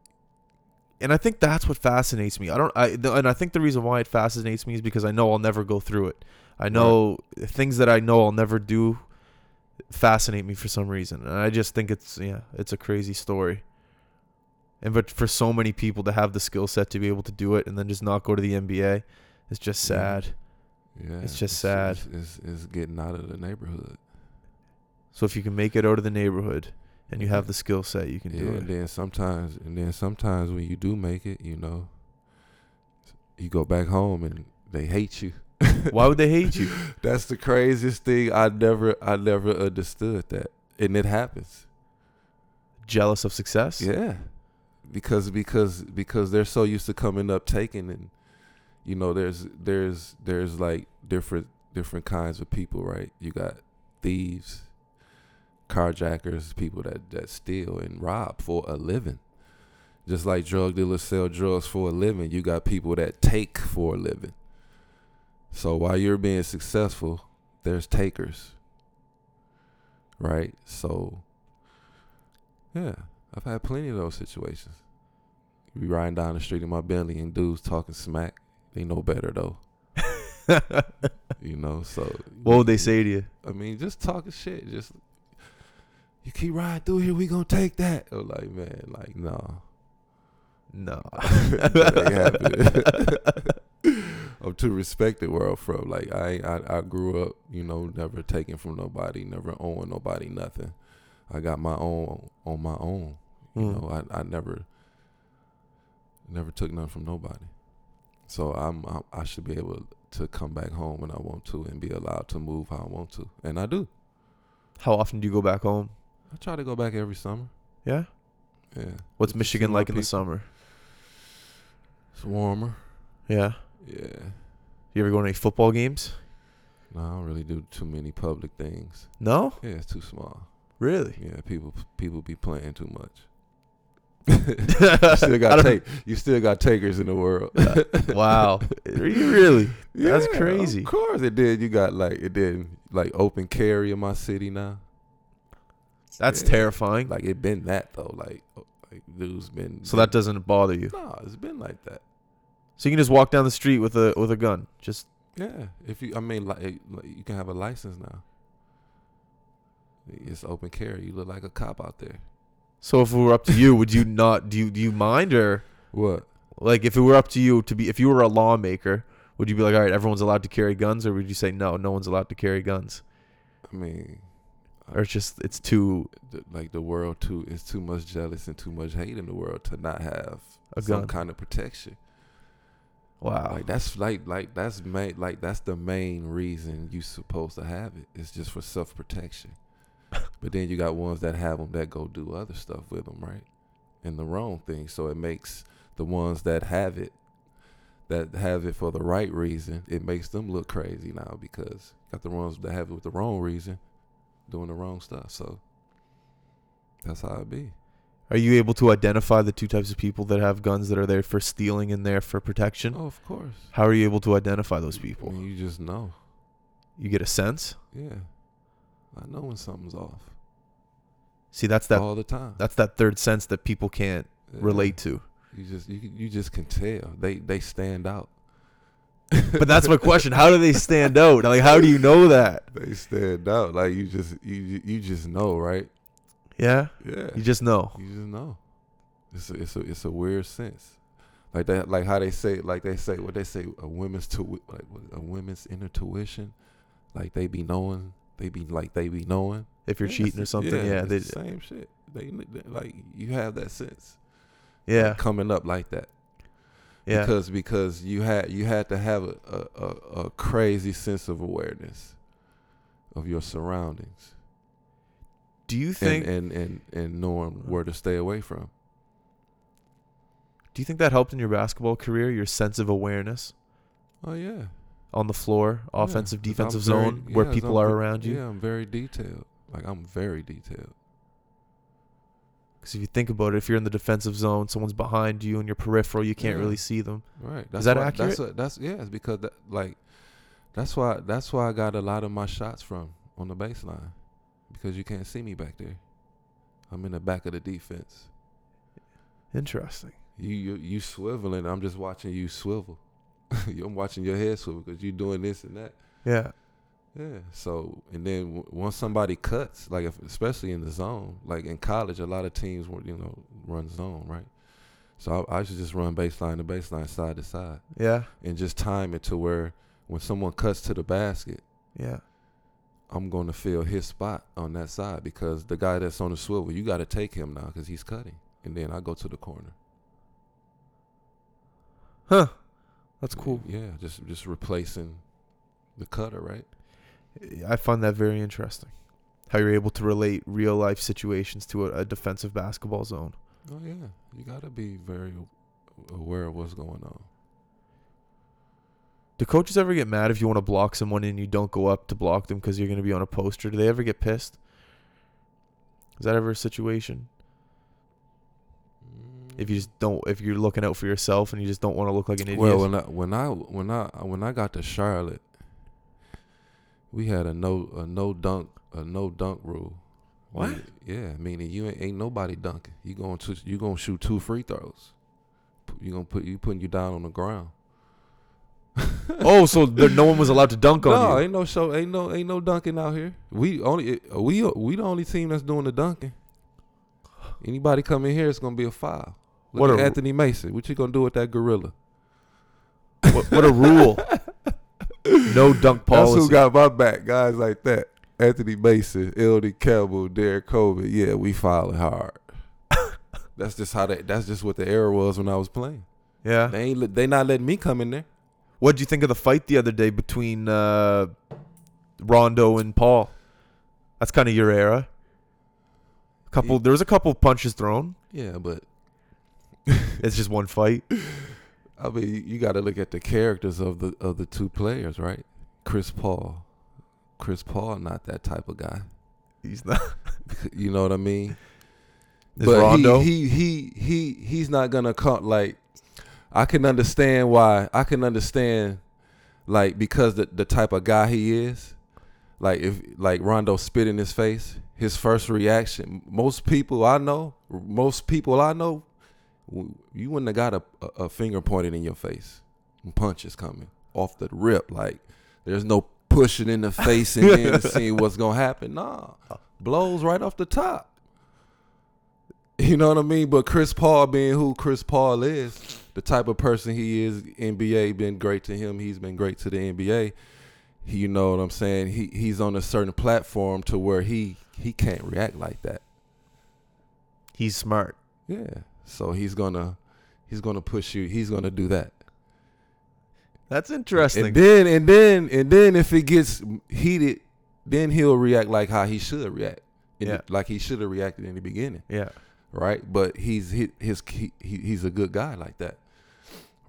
A: and I think that's what fascinates me. I don't, I the, and I think the reason why it fascinates me is because I know I'll never go through it. I know things that I know I'll never do fascinate me for some reason, and I just think it's yeah, it's a crazy story. And but for so many people to have the skill set to be able to do it and then just not go to the NBA, it's just
B: Yeah.
A: sad.
B: Yeah,
A: It's just sad.
B: It's, it's, it's getting out of the neighborhood.
A: So if you can make it out of the neighborhood and you have the skill set, you can
B: yeah,
A: do
B: and
A: it.
B: then sometimes, and then sometimes when you do make it, you know, you go back home and they hate you.
A: Why would they hate you?
B: That's the craziest thing. I never, I never understood that, and it happens.
A: Jealous of success?
B: Yeah, because because because they're so used to coming up taking, and you know, there's there's there's like different different kinds of people, right? You got thieves, carjackers, people that that steal and rob for a living. Just like drug dealers sell drugs for a living, you got people that take for a living. So while you're being successful, there's takers. Right? So yeah, I've had plenty of those situations. You be riding down the street in my Bentley and dudes talking smack. They know better though. you know, so
A: What would they say to you?
B: I mean, just talking shit. Just you keep riding through here, we gonna take that. Or like, man, like no,
A: No.
B: That ain't happening. I'm too respected where I'm from. Like I, I, I grew up, you know, never taking from nobody, never owing nobody nothing. I got my own on my own. You
A: Mm.
B: know, I, I never, never took nothing from nobody. So I'm, I, I should be able to come back home when I want to and be allowed to move how I want to, and I do.
A: How often do you go back home?
B: I try to go back every summer.
A: Yeah.
B: Yeah.
A: What's
B: Just to see
A: Michigan
B: my
A: like in the
B: people.
A: summer?
B: It's warmer.
A: Yeah.
B: Yeah.
A: You ever go to any football games?
B: No, I don't really do too many public things.
A: No.
B: Yeah, it's too small.
A: Really?
B: Yeah, people people be playing too much.
A: I
B: you still got
A: don't-
B: take you still got takers in the world.
A: Wow. Are you really? That's
B: Yeah,
A: crazy.
B: Of course it did. You got like it did like open carry in my city now.
A: That's
B: Yeah.
A: terrifying.
B: Like it been that though. Like, oh, like dude's been
A: So that doesn't bother you.
B: Nah, it's been like that.
A: So you can just walk down the street with a with a gun. Just
B: Yeah, if you, I mean, like, eh, like, you can have a license now. It's open carry. You look like a cop out there.
A: so if it were up to you, would you not do you do you mind or
B: What?
A: like if it were up to you to be if you were a lawmaker, would you be like, all right, everyone's allowed to carry guns, or would you say no, no one's allowed to carry guns?
B: I mean,
A: Or it's just it's too
B: the, like the world too is too much jealous and too much hate in the world to not have
A: a
B: some
A: gun.
B: kind of protection.
A: Wow.
B: Like that's like like that's main like that's the main reason you supposed to have it. It's just for self protection. but then you got ones that have them that go do other stuff with them, right? And the wrong thing. So it makes the ones that have it, that have it for the right reason, it makes them look crazy now because got the ones that have it with the wrong reason, doing the wrong stuff. So that's how it be.
A: Are you able to identify the two types of people that have guns that are there for stealing and there for protection?
B: Oh, of course.
A: How are you able to identify those
B: I
A: people?
B: mean, you just know.
A: You get a sense.
B: Yeah, I know when something's off
A: See, that's that
B: all the time.
A: that's that third sense that people can't
B: Oh. Yeah.
A: relate to.
B: You just you, you just can tell they they stand out.
A: But that's my question. How do they stand out? Like, how do you know that?
B: They stand out like you just you you just know right.
A: Yeah,
B: Yeah,
A: you just know.
B: you just know. It's a, it's a it's a weird sense, like that like how they say like they say what they say a women's tu- like what- a women's inner tuition, like they be knowing they be like they be knowing
A: If you're
B: Yeah,
A: cheating or
B: it's-
A: something, yeah,
B: it's
A: they,
B: the same shit. They, they like you have that sense
A: yeah,
B: coming up like that.
A: yeah.
B: because because you had you had to have a, a, a, a crazy sense of awareness of your surroundings
A: do you think?
B: and, and and and knowing where to stay away from
A: do you think that helped in your basketball career? Your sense of awareness
B: oh yeah
A: on the floor,
B: Yeah,
A: offensive,
B: 'cause I'm
A: defensive
B: very-
A: zone, where
B: yeah, 'cause
A: people
B: I'm
A: are
B: ve-
A: around you.
B: yeah i'm very detailed like i'm very detailed
A: Because if you think about it, if you're in the defensive zone, someone's behind you and your peripheral, you can't
B: Yeah.
A: really see them.
B: right
A: that
B: why,
A: accurate?
B: that's what, that's yeah it's because that, like that's why that's why i got a lot of my shots from on the baseline because you can't see me back there i'm in the back of the defense
A: Interesting.
B: You you you swiveling. I'm just watching you swivel. I'm watching your head swivel because you doing this and that.
A: Yeah.
B: Yeah. So and then w- once somebody cuts, like if, especially in the zone, like in college, a lot of teams were you know run zone right. So I, I should just run baseline to baseline, side to side,
A: Yeah.
B: and just time it to where when someone cuts to the basket,
A: Yeah.
B: I'm going to fill his spot on that side because the guy that's on the swivel, you got to take him now because he's cutting, and then I go to the corner.
A: Huh. That's cool.
B: Yeah, just just replacing the cutter, right?
A: I find that very interesting. How you're able to relate real life situations to a, a defensive basketball zone.
B: Oh yeah, you gotta be very a- aware of what's going on.
A: Do coaches ever get mad if you want to block someone and you don't go up to block them because you're going to be on a poster? Do they ever get pissed? Is that ever a situation? If you just don't, if you're looking out for yourself and you just don't want to look like an idiot.
B: well, when I when I when I when I got to Charlotte, we had a no a no dunk a no dunk rule.
A: What?
B: Meaning- yeah, meaning you ain't, ain't nobody dunking. You going to you gonna shoot two free throws. P- You gonna put you putting you down on the ground.
A: oh, so there, no one was allowed to dunk on
B: no,
A: you.
B: ain't no show, ain't no, ain't no dunking out here. We only, eh, we, we the only team that's doing the dunking. Anybody come in here, it's gonna be a foul. Look
A: What
B: at
A: a-
B: Anthony Mason. What you gonna do with that gorilla?
A: What, what a rule. No dunk
B: That's
A: policy.
B: who got my back. Guys like that. Anthony Mason, Eldon Campbell, Derek Colvin. Yeah, we fouling hard. that's just how that. That's just what the era was when I was playing.
A: yeah.
B: They ain't. let- They not letting me come in there.
A: What would you think of the fight the other day between uh, Rondo and Paul? That's kind of your era. Couple. There was a couple punches thrown.
B: Yeah, but
A: It's just one fight.
B: I mean, you, you got to look at the characters of the of the two players, right? Chris Paul. Chris Paul, not that type of guy.
A: He's not.
B: You know what I mean?
A: Is
B: but
A: Rondo?
B: He, he he he he's not gonna come like I can understand why I can understand like because the the type of guy he is like if like Rondo spit in his face his first reaction most people I know most people I know w- you wouldn't have got a, a, a finger pointed in your face punches coming off the rip like there's no pushing in the face and then seeing what's gonna happen nah blows right off the top you know what I mean? But Chris Paul being who Chris Paul is, the type of person he is, NBA been great to him. He's been great to the NBA. He, you know what I'm saying? He he's on a certain platform to where he he can't react like that.
A: He's smart.
B: Yeah. So he's gonna he's gonna push you. He's gonna do that.
A: That's interesting.
B: And then and then and then if it gets heated, then he'll react like how he should react. In the-
A: Yeah.
B: like he should have reacted in the beginning.
A: yeah.
B: right? But he's he, his he, he, he's a good guy like that.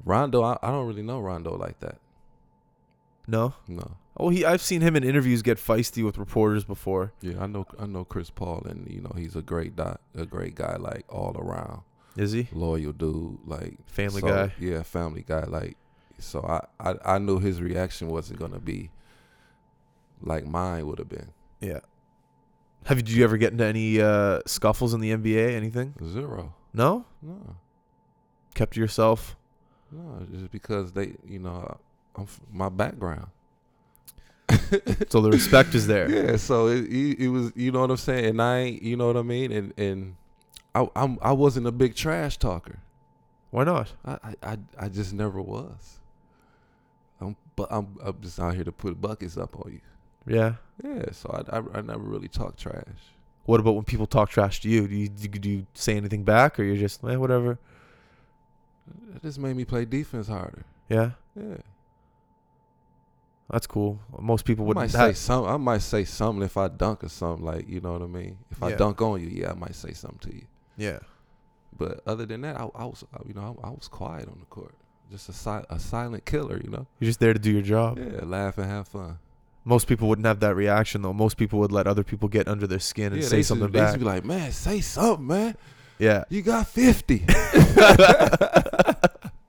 B: Rondo, I, I don't really know Rondo like that.
A: No.
B: No,
A: Oh, he. I've seen him in interviews get feisty with reporters before.
B: yeah, I know I know Chris Paul, and you know he's a great doc, a great guy like all around,
A: Is he?
B: loyal dude, like
A: Family
B: so,
A: guy.
B: yeah, family guy, like. So I, I I knew his reaction wasn't gonna be like mine would have been
A: Yeah. Have you? Did you ever get into any uh, scuffles in the NBA? Anything?
B: zero.
A: No.
B: No,
A: Kept to yourself.
B: no, just because they, you know, I'm f- my background.
A: So the respect is there.
B: Yeah, so it, it, it was, you know what I'm saying, and I, ain't- you know what I mean, and and I I'm, I wasn't a big trash talker.
A: Why not?
B: I I I, I just never was. I'm but I'm I'm just out here to put buckets up on you.
A: Yeah.
B: Yeah, so I I, I never really talk trash.
A: What about when people talk trash to you? Do you do you- do you say anything back, or you're just eh, whatever?
B: That just made me play defense harder.
A: Yeah.
B: Yeah,
A: That's cool. Most people
B: I might
A: wouldn't.
B: say
A: Have,
B: some. I might say something if I dunk or something like you know what I mean. If I
A: Yeah.
B: dunk on you, yeah, I might say something to you.
A: yeah.
B: But other than that, I, I was you know I, I was quiet on the court, just a si- a silent killer, you know.
A: You're just there to do your job.
B: Yeah, laugh and have fun.
A: Most people wouldn't have that reaction though. Most people would let other people get under their skin and
B: yeah,
A: say
B: used
A: something
B: to, They used
A: back.
B: to be like, man, say something, man.
A: yeah.
B: You got 50.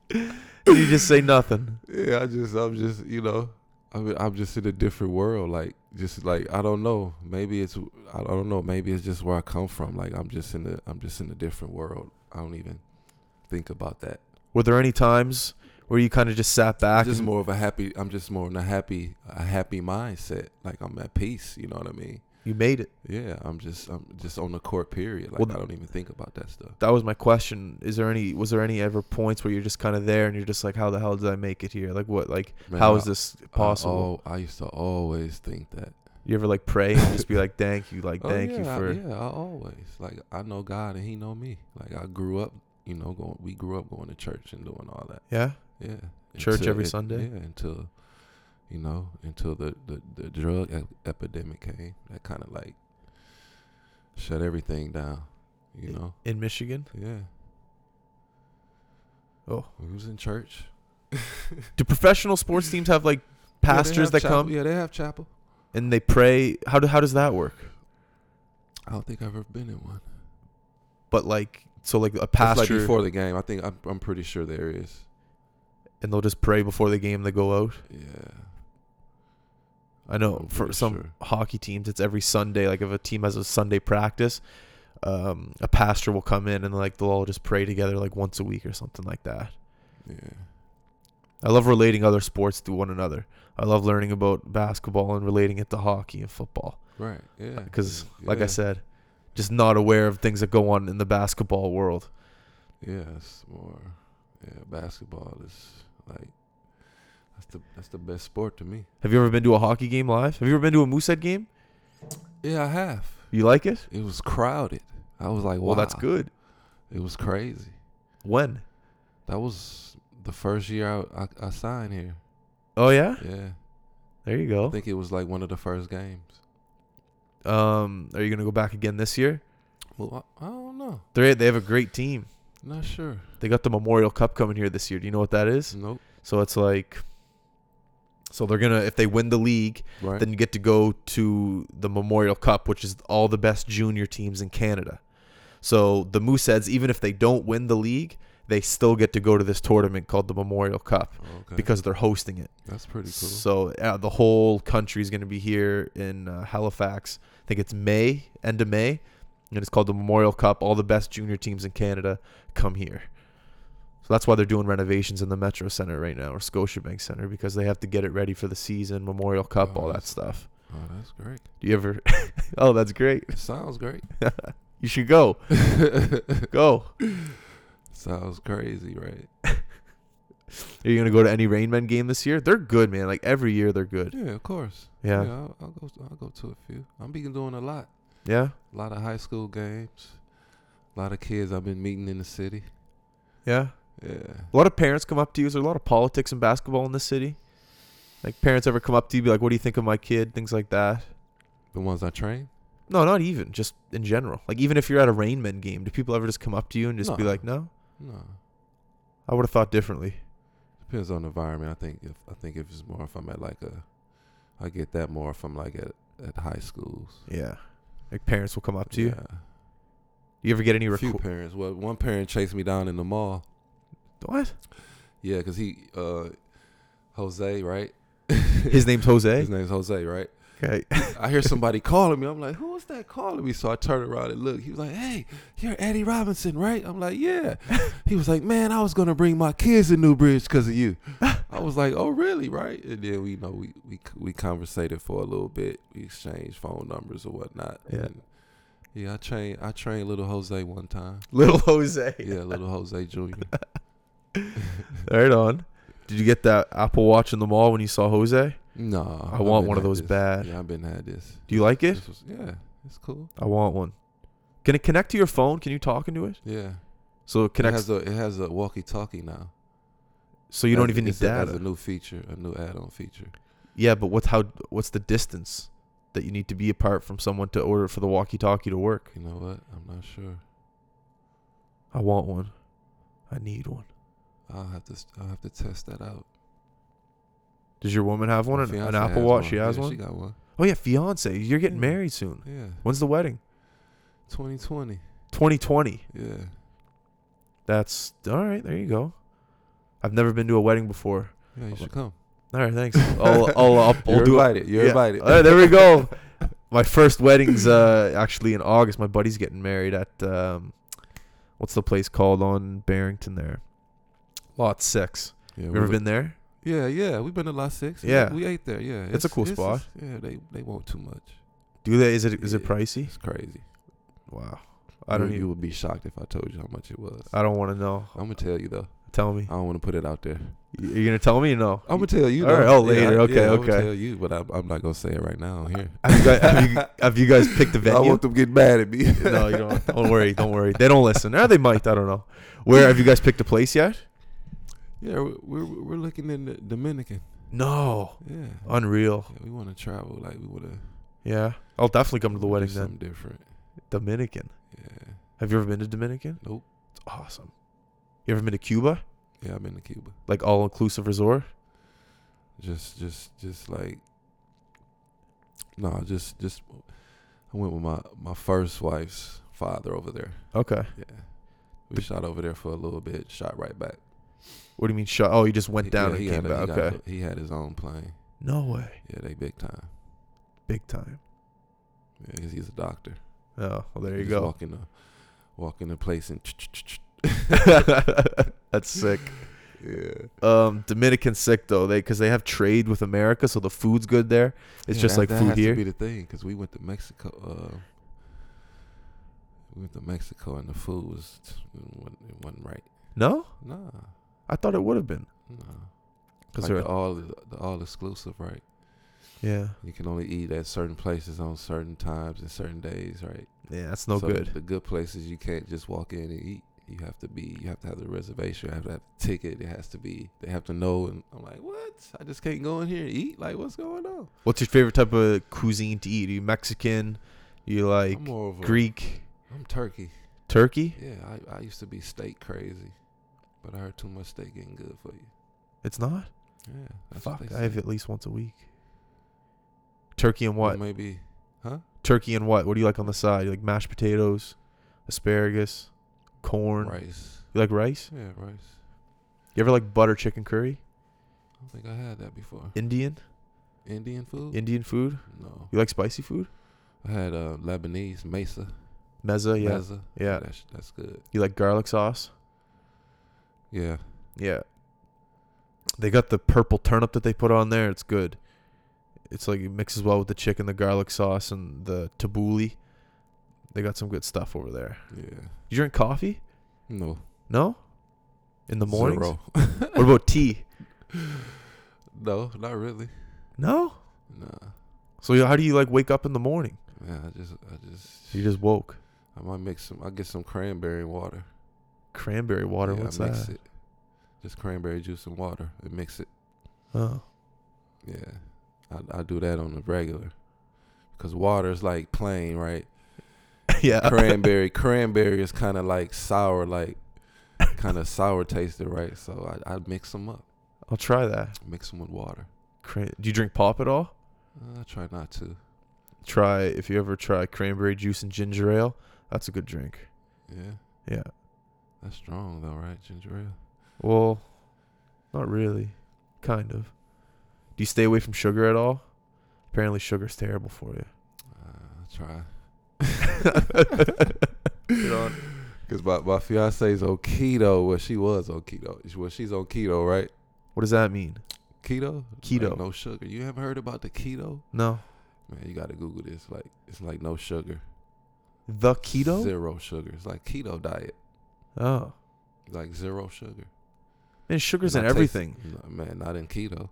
A: you just say nothing.
B: yeah, I just, I'm just, you know, I mean, I'm just in a different world. Like, just like, I don't know. Maybe it's, I don't know. Maybe it's just where I come from. Like, I'm just in a, I'm just in a different world. I don't even think about that.
A: Were there any times where you kind of just sat
B: I'm
A: back?
B: just
A: and-
B: more of a happy, I'm just more in a happy, a happy mindset. Like, I'm at peace. You know what I mean?
A: you made it.
B: Yeah, I'm just, I'm just on the court period. Like,
A: Well,
B: I don't even think about that stuff.
A: That was my question. Is there any? Was there any ever points where you're just kind of there and you're just like, how the hell did I make it here? Like what? Like
B: Man,
A: how is
B: I-
A: this possible?
B: I, oh, I used to always think that.
A: You ever like pray and just be like, thank you, like
B: Oh,
A: thank you
B: yeah, I-
A: for
B: yeah. I always like I know God and He know me. Like I grew up, you know, going. We grew up going to church and doing all that.
A: yeah.
B: Yeah,
A: Church every
B: it-
A: Sunday?
B: Yeah, until you know, until the the, the drug ep- epidemic came. That kind of like shut everything down. You know.
A: in Michigan.
B: Yeah.
A: Oh.
B: we was in church.
A: Do professional sports teams have like
B: Yeah, they
A: pastors
B: have
A: that
B: chapel.
A: come
B: Yeah, they have chapel.
A: and they pray? How do how does that work?
B: I don't think I've ever been in one.
A: But like so like a
B: That's
A: pastor
B: like before the game. I think I'm, I'm pretty sure there is.
A: and they'll just pray before the game they go out.
B: Yeah.
A: I know
B: I'm
A: Oh, for
B: pretty
A: some
B: sure.
A: hockey teams it's every Sunday. Like if a team has a Sunday practice, um, a pastor will come in and like they'll all just pray together like once a week or something like that.
B: Yeah.
A: I love relating other sports to one another. I love learning about basketball and relating it to hockey and football.
B: Right. Yeah.
A: Because, like I
B: Yeah.
A: said, just not aware of things that go on in the basketball world.
B: Yeah, it's more. Yeah, basketball is like that's the that's the best sport to me.
A: Have you ever been to a hockey game live? Have you ever been to a Moosehead game?
B: Yeah, I have.
A: You like it?
B: It was crowded. I was like, wow.
A: Well, that's good.
B: It was crazy.
A: When?
B: That was the first year I, I, I signed here.
A: Oh yeah,
B: Yeah,
A: there you
B: I
A: go.
B: think it was like one of the first games.
A: Um, are you gonna go back again this year?
B: Well, I, I don't know.
A: They they have a great team.
B: Not sure.
A: They got the Memorial Cup coming here this year. Do you know what that is?
B: Nope.
A: So it's like, so they're gonna if they win the league,
B: Right.
A: then you get to go to the Memorial Cup, which is all the best junior teams in Canada. So the Mooseheads, even if they don't win the league, they still get to go to this tournament called the Memorial Cup
B: okay.
A: because they're hosting it.
B: that's pretty cool.
A: So uh, the whole country is going to be here in uh, Halifax. I think it's May, end of May, and it's called the Memorial Cup. All the best junior teams in Canada come here. So that's why they're doing renovations in the Metro Center right now or Scotiabank Center because they have to get it ready for the season, Memorial Cup,
B: Oh,
A: all that
B: that's-
A: stuff.
B: oh, that's great.
A: Do you ever? oh, that's great.
B: Sounds great.
A: You should go. Go.
B: Sounds crazy, right?
A: Are you gonna go to any Rain Men game this year? They're good, man. Like every year, they're good.
B: Yeah, of course.
A: Yeah. Yeah.
B: I'll, I'll go. I'll go to a few. I've been doing a lot.
A: Yeah.
B: A lot of high school games. A lot of kids I've been meeting in the city. Yeah.
A: A lot of parents come up to you. Is there a lot of politics and basketball in this city? Like parents ever come up to you, be like, "What do you think of my kid?" Things like that.
B: The ones I train.
A: No, not even. Just in general. Like even if you're at a Rain Men game, do people ever just come up to you and just be
B: No.
A: like, "No,
B: No.
A: I would have thought differently."
B: Depends on the environment. I think if I think if it's more if I'm at like a, I get that more if I'm like at at high schools.
A: Yeah. Like parents will come up to you.
B: Yeah.
A: Do you ever get any
B: A few
A: requ-
B: parents. Well, one parent chased me down in the mall.
A: What?
B: Yeah, cause he, uh, Jose, right?
A: His name's Jose.
B: His name's Jose, right?
A: Okay.
B: I hear somebody calling me. I'm like, who is that calling me? So I turn around and look. He was like, hey, you're Eddie Robinson, right? I'm like, yeah. He was like, man, I was going to bring my kids to Newbridge because of you. I was like, oh, really, right? And then we, you know, we, we, we conversated for a little bit. We exchanged phone numbers or whatnot.
A: Yeah.
B: And yeah, I trained, I trained little Jose one time.
A: Little Jose.
B: Yeah, little Jose Jr.
A: Right on. Did you get that Apple Watch in the mall when you saw Jose?
B: No.
A: I
B: I've
A: want
B: been
A: one of
B: had
A: those
B: this.
A: bad.
B: Yeah, I've been had this.
A: Do you like it?
B: this was, yeah, it's cool.
A: I want one. Can it connect to your phone? Can you talk into it?
B: Yeah.
A: So it
B: It
A: connects.
B: has a, it has a walkie-talkie now.
A: so you don't
B: As-
A: even need
B: it's a-
A: data.
B: As a new feature, a new add-on feature.
A: Yeah, but what's how? What's the distance that you need to be apart from someone to order for the walkie-talkie to work?
B: You know what? I'm not sure.
A: I want one. I need one.
B: I'll have to. s- I'll have to test that out.
A: Does your woman have one?
B: My
A: An, an
B: fiance
A: Apple
B: has
A: Watch? She
B: one.
A: has
B: Yeah,
A: one.
B: She got one.
A: oh yeah, fiance. You're getting
B: Yeah.
A: married soon.
B: Yeah.
A: When's the wedding?
B: 2020.
A: 2020.
B: Yeah.
A: That's all right. There you go. I've never been to a wedding before.
B: Yeah. You should come.
A: All right, thanks. I'll I'll, I'll,
B: You're
A: I'll do it.
B: invited. You're
A: Yeah.
B: invited.
A: All right, there we go. My first wedding's uh, actually in August. My buddy's getting married at um, what's the place called on Barrington there? Lot six.
B: Yeah,
A: You
B: we
A: ever
B: were-
A: been there?
B: yeah, yeah. We've been to Lot Six. We-
A: Yeah.
B: We, ate there. Yeah.
A: It's a cool spot.
B: it's- yeah. They they want too much.
A: Do they? Is it is it
B: Yeah.
A: pricey?
B: It's crazy.
A: Wow. I don't
B: You, you
A: even. Oh.
B: would be shocked if I told you how much it was.
A: I don't want to know.
B: I'm gonna tell you though.
A: Tell me.
B: I don't want to put it out there.
A: You- You're gonna tell me? or No.
B: I'm gonna tell you.
A: All right,
B: though.
A: oh, later.
B: I-
A: Okay,
B: I'm gonna
A: okay.
B: tell you, but I'm, I'm not gonna say it right now here.
A: Have you guys, have you, have you guys picked a
B: I
A: venue?
B: want them getting mad at me.
A: no, you don't. Don't worry. Don't worry. They don't listen. Or they might. I don't know. Where have you guys picked a place yet?
B: Yeah, we- we're we're looking in the Dominican.
A: No.
B: Yeah,
A: Unreal.
B: yeah we want to travel. Like we want to
A: Yeah. I'll definitely come to the wedding
B: do
A: then.
B: something different.
A: Dominican.
B: Yeah,
A: Have you ever been to Dominican?
B: nope.
A: It's awesome. You ever been to Cuba?
B: Yeah, I've been to Cuba.
A: Like all inclusive resort?
B: Just, just, just like no, just, just. I went with my my first wife's father over there.
A: Okay.
B: Yeah, we
A: The-
B: shot over there for a little bit. Shot right back.
A: What do you mean shot? Oh, you just went
B: He-
A: down
B: yeah,
A: and
B: he
A: came
B: had a-
A: back.
B: he got
A: Okay.
B: a- he had his own plane.
A: No way.
B: Yeah, they big time.
A: Big time.
B: Yeah, 'cause he's a doctor.
A: Oh, well, there
B: He
A: you
B: just
A: go.
B: Walk in the, walk in the place and
A: That's sick.
B: Yeah.
A: Um, Dominican sick though, they because they have trade with America, so the food's good there. It's
B: Yeah,
A: just
B: that-
A: like
B: that
A: food
B: has
A: here.
B: To be the thing because we went to Mexico. Uh, we went to Mexico and the food was it wasn't, it wasn't right.
A: no,
B: Nah,
A: I thought it would have been
B: nah. Like
A: because
B: the all the all exclusive, right?
A: yeah,
B: You can only eat at certain places on certain times and certain days, right?
A: yeah, that's no
B: So
A: good.
B: The good places you can't just walk in and eat. You have to be. You have to have the reservation. You have to have the ticket. It has to be. They have to know. And I'm like, what? I just can't go in here and eat. Like, what's going on?
A: What's your favorite type of cuisine to eat? Are you Mexican? You like
B: I'm more of a,
A: Greek?
B: I'm Turkey.
A: Turkey?
B: Yeah, I, I used to be steak crazy, but I heard too much steak ain't good for you.
A: It's not.
B: Yeah, that's what
A: Fuck,
B: they
A: I have
B: say.
A: at least once a week. Turkey and
B: Or
A: what?
B: Maybe, huh?
A: Turkey and what? What do you like on the side? You like mashed potatoes, asparagus, corn.
B: Rice.
A: You like rice?
B: Yeah, rice.
A: You ever like butter chicken curry?
B: I don't think I had that before.
A: Indian?
B: Indian food?
A: Indian food?
B: no,
A: You like spicy food?
B: I had uh, Lebanese mesa.
A: Mezza, Oh, yeah.
B: Meza.
A: Yeah.
B: That's that's good.
A: You like garlic sauce?
B: Yeah.
A: Yeah. They got the purple turnip that they put on there. It's good. It's like it mixes well with the chicken, the garlic sauce, and the tabbouleh. They got some good stuff over there.
B: Yeah.
A: You drink coffee?
B: No.
A: No? In the mornings?
B: Zero.
A: What about tea?
B: no, not really.
A: No?
B: Nah.
A: So you- how do you like wake up in the morning?
B: Yeah, I just I just
A: You just woke.
B: I might make some I get some cranberry water.
A: Cranberry water,
B: yeah,
A: what's
B: I mix
A: that?
B: it. Just cranberry juice and water and mix it.
A: Oh.
B: Yeah, I, I do that on the regular because water is like plain, right?
A: yeah.
B: Cranberry, cranberry is kind of like sour, like kind of sour tasted, right? So I, I mix them up,
A: I'll try that.
B: mix them with water.
A: Cran- do you drink pop at all?
B: Uh, I try not to.
A: Try if you ever try cranberry juice and ginger ale. That's a good drink.
B: Yeah,
A: Yeah.
B: that's strong though, right? Ginger ale.
A: Well, not really. Kind of. Do you stay away from sugar at all? Apparently, sugar's terrible for you.
B: Uh, I try.
A: You know,
B: Cause my my fiance's on keto. Well, she was on keto. Well, she's on keto, right?
A: what does that mean?
B: Keto.
A: Keto.
B: Like no sugar. You haven't heard about the keto?
A: No.
B: Man, you gotta Google this. Like it's like no sugar.
A: The keto?
B: Zero sugar. It's like keto diet.
A: Oh.
B: Like zero sugar.
A: Man, sugar's
B: And
A: in
B: I taste-
A: everything.
B: No, man, not in keto.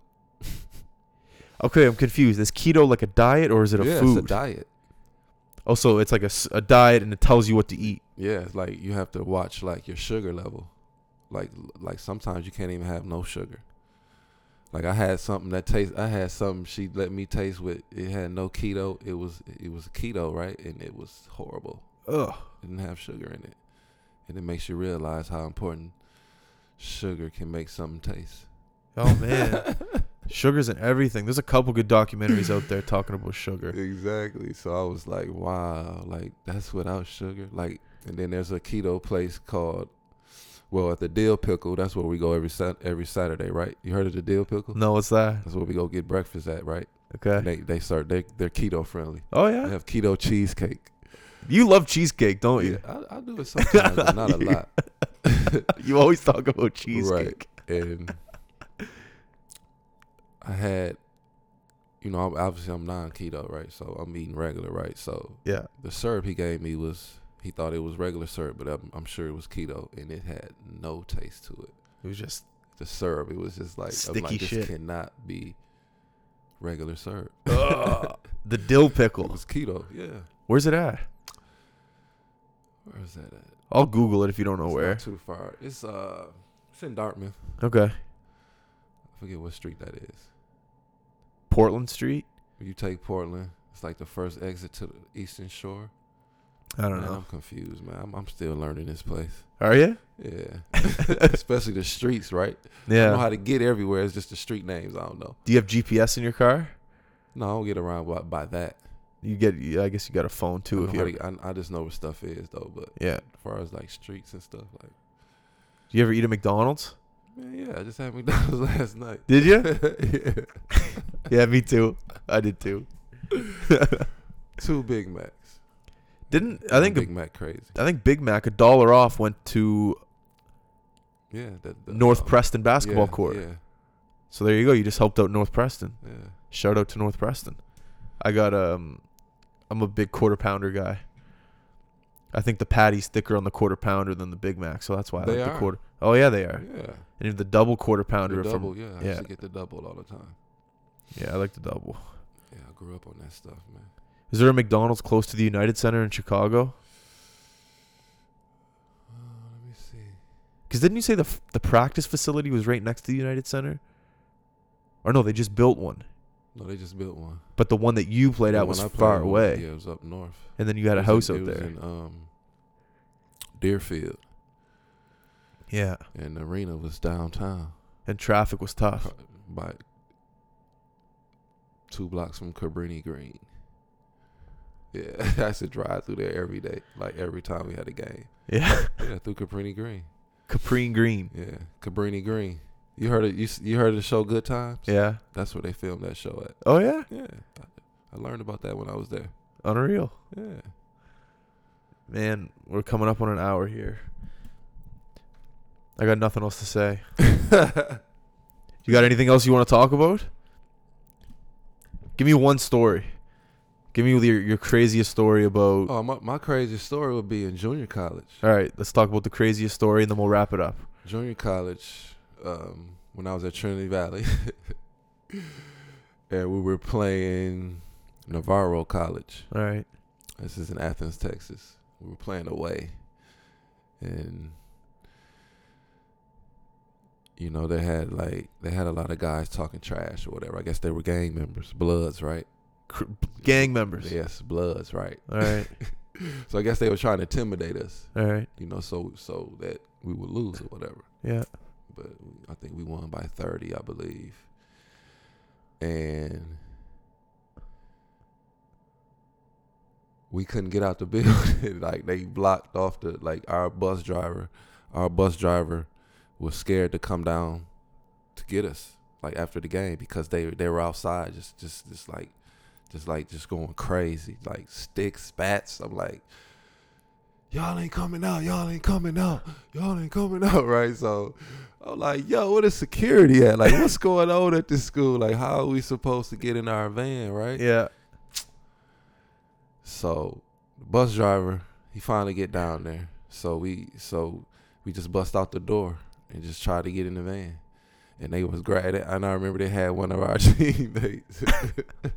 A: Okay, I'm confused. Is keto like a diet or is it a
B: yeah,
A: food?
B: it's a diet.
A: oh, so it's like a, s- a diet and it tells you what to eat.
B: Yeah, it's like you have to watch like your sugar level. Like like sometimes you can't even have no sugar. Like I had something that taste. I had something she let me taste with. It had no keto. It was it was keto right, and it was horrible.
A: Ugh.
B: It didn't have sugar in it, and it makes you realize how important sugar can make something taste.
A: Oh, man. sugar's in everything. There's a couple good documentaries out there talking about sugar.
B: Exactly. So I was like, wow, like that's without sugar. Like, and then there's a keto place called, well, at the Dill Pickle. That's where we go every sat every Saturday, right? You heard of the Dill Pickle?
A: No, what's that?
B: That's where we go get breakfast at, right? And
A: Okay.
B: they they start they they're keto friendly.
A: Oh,
B: They
A: yeah.
B: have keto cheesecake.
A: You love cheesecake, don't you?
B: Yeah, I, I do it sometimes, but not a lot.
A: You always talk about cheesecake.
B: And I had, you know, I'm, obviously I'm non keto, right? So I'm eating regular, right? So
A: Yeah.
B: the syrup he gave me was he thought it was regular syrup, but I'm, I'm sure it was keto, and it had no taste to it.
A: It was just
B: The syrup, it was just like
A: Sticky
B: I'm like
A: shit.
B: this cannot be regular syrup.
A: Ugh. the dill
B: It
A: pickle.
B: was keto, yeah.
A: Where's it at?
B: Where is that at? It's
A: I'll Google it if you don't know
B: not
A: Oh, where.
B: too far. It's uh, it's in Dartmouth.
A: Okay.
B: I forget what street that is.
A: Portland Street?
B: You take Portland. It's like the first exit to the Eastern Shore.
A: I don't
B: Man,
A: know.
B: I'm confused, man. I'm, I'm still learning this place.
A: Are you?
B: Yeah, especially the streets, right? I don't know
A: Yeah.
B: how to get everywhere. It's just the street names. I don't know.
A: Do you have GPS in your car?
B: No, I don't get around by, by that.
A: You get yeah, I guess you got a phone
B: I,
A: too
B: know
A: if
B: how
A: you ever,
B: to- I- I just know where stuff is though. But
A: Yeah.
B: as far as like streets and stuff, like
A: Do you ever eat at McDonald's?
B: man, yeah, I just had McDonald's last night.
A: Did you?
B: yeah.
A: yeah, me too. I did too.
B: Two Big Macs.
A: Didn't I
B: I'm
A: think
B: Big Mac crazy?
A: I think Big Mac a dollar off went to
B: Yeah. The, the,
A: North
B: um,
A: Preston basketball
B: yeah,
A: court.
B: Yeah.
A: So there you go. You just helped out North Preston.
B: Yeah.
A: Shout out to North Preston. I got um, I'm a big quarter pounder guy. I think the patty's thicker on the quarter pounder than the Big Mac, so that's why I
B: They
A: like the
B: are.
A: quarter. Oh yeah, they are.
B: Yeah.
A: And the double quarter
B: The
A: pounder
B: double,
A: from
B: yeah. I
A: yeah.
B: used to get the double all the time.
A: yeah, I like the double.
B: Yeah, I grew up on that stuff, man.
A: Is there a McDonald's close to the United Center in Chicago?
B: Uh, let me see.
A: Because didn't you say the f- the practice facility was right next to the United Center? Or no, they just built one,
B: No, they just built one.
A: but the one that you played
B: The
A: at
B: one
A: was
B: I played
A: far
B: on-
A: away,
B: Yeah, it was up north.
A: and then you had a
B: It was
A: house
B: in-
A: out
B: it was
A: there.
B: in, um, Deerfield,
A: yeah,
B: and the arena was downtown,
A: and traffic was tough.
B: pro- by two blocks from Cabrini Green. Yeah, I used to drive through there every day, like every time we had a game.
A: Yeah,
B: Yeah, through Cabrini Green.
A: Caprine Green.
B: Yeah, Cabrini Green. You heard it. You s- you heard the show Good Times.
A: Yeah.
B: that's where they filmed that show at.
A: Oh yeah,
B: Yeah, I, I learned about that when I was there.
A: unreal.
B: Yeah.
A: Man, we're coming up on an hour here. I got nothing else to say. You got anything else you want to talk about? Give me one story. Give me your, your craziest story about.
B: Oh, my, my craziest story would be in junior college.
A: All right, let's talk about the craziest story and then we'll wrap it up.
B: Junior college, um, when I was at Trinity Valley, and we were playing Navarro College.
A: All right.
B: This is in Athens, Texas. We were playing away, and you know they had like they had a lot of guys talking trash or whatever. I guess they were gang members, Bloods, right?
A: Cr- gang members.
B: Yes, Bloods, right?
A: All right.
B: So I guess they were trying to intimidate us,
A: All right.
B: you know, so so that we would lose or whatever.
A: Yeah.
B: but I think we won by 30, I believe. And we couldn't get out the building. like they blocked off the like our bus driver. Our bus driver was scared to come down to get us like after the game because they they were outside just just just like just like just going crazy like sticks bats. I'm like y'all ain't coming out. Y'all ain't coming out. Y'all ain't coming out, right? So I'm like, yo, what is security at? Like, what's going on at this school? Like, how are we supposed to get in our van, right?
A: Yeah.
B: So the bus driver, he finally get down there. So we so we just bust out the door and just try to get in the van. And they was grad and I remember they had one of our teammates.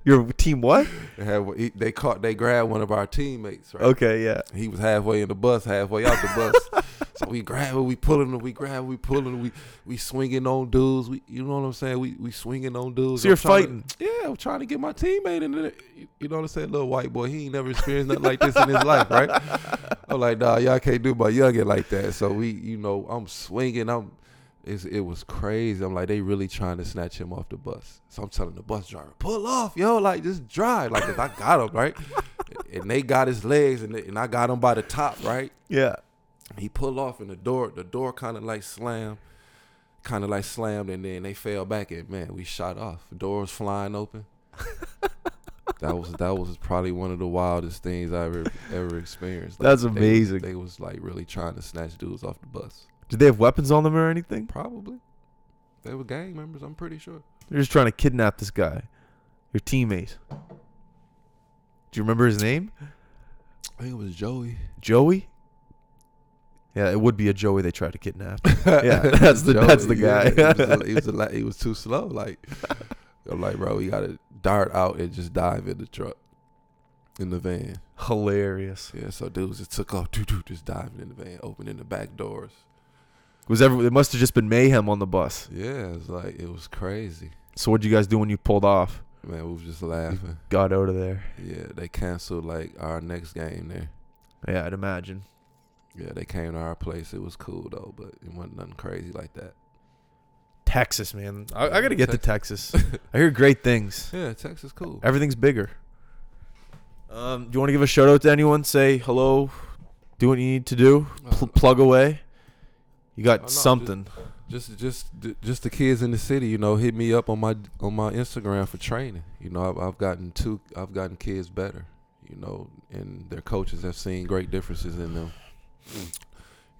A: Your team what?
B: they, had, one- they caught they grabbed one of our teammates, right?
A: Okay, yeah.
B: He was halfway in the bus, halfway out the bus. so we grab him, we pulling him, we grab him, we pulling him, we we swinging on dudes. We you know what I'm saying? We we swinging on dudes.
A: So you're
B: I'm trying to-
A: fighting.
B: yeah, I'm trying to get my teammate in there. You- You know what I'm saying? Little white boy, he ain't never experienced nothing like this in his life, right? I'm like, nah, y'all can't do my youngin like that. So we, you know, I'm swinging. I'm, it's, it was crazy. I'm like, they really trying to snatch him off the bus. So I'm telling the bus driver, pull off, yo, like just drive, like 'cause I got him right, and they got his legs, and, they- and I got him by the top, right.
A: Yeah.
B: He pulled off and the door, the door kind of like slammed, kind of like slammed, and then they fell back and man, we shot off. Doors flying open. that was that was probably one of the wildest things I ever ever experienced.
A: That's
B: they was-
A: amazing.
B: They, was like really trying to snatch dudes off the bus.
A: Did they have weapons on them or anything?
B: Probably. They were gang members, I'm pretty sure.
A: They're just trying to kidnap this guy, your teammate. Do you remember his name?
B: I think it was Joey.
A: Joey? Yeah, it would be a Joey they tried to kidnap. Yeah, that's the- that's the
B: yeah.
A: guy.
B: he, was, he, was a, lot- he was too slow. Like I'm like, bro, we gotta dart out and just dive in the truck, in the van.
A: Hilarious.
B: Yeah, so dudes just took off, doo doo, just diving in the van, opening the back doors.
A: Was every, it must have just been mayhem on the bus.
B: Yeah, it was like it was crazy.
A: So what'd you guys do when you pulled off?
B: Man, we was just laughing.
A: Got out of there.
B: Yeah, they canceled like our next game there.
A: Yeah, I'd imagine.
B: Yeah, they came to our place. It was cool though, but it wasn't nothing crazy like that.
A: Texas, man. I, I gotta get to Texas. I hear great things.
B: Yeah, Texas cool.
A: Everything's bigger. Um, do you want to give a shout out to anyone? Say hello. Do what you need to do.
B: Uh,
A: Pl- plug away. You got
B: Oh, no, just-
A: something.
B: Just, just, just the kids in the city. You know, hit me up on my on my Instagram for training. You know, I've, I've gotten two. I've gotten kids better. You know, and their coaches have seen great differences in them.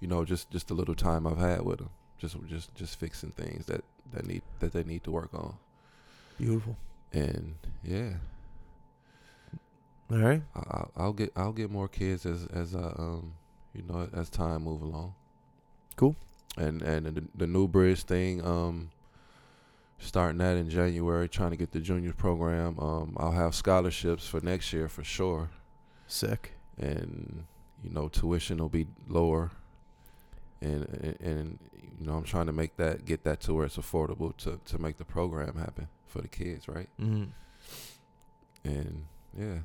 B: You know, just just the little time I've had with them. just just just fixing things that that need that they need to work on.
A: Beautiful.
B: And yeah,
A: All right.
B: I, I- I'll get I'll get more kids as as I um you know as time move along.
A: Cool.
B: And and the, the new bridge thing um starting that in January, trying to get the juniors program. Um, I'll have scholarships for next year for sure,
A: Sick.
B: and you know tuition will be lower. And, and and you know I'm trying to make that get that to where it's affordable to to make the program happen for the kids, right?
A: Mm-hmm.
B: And yeah,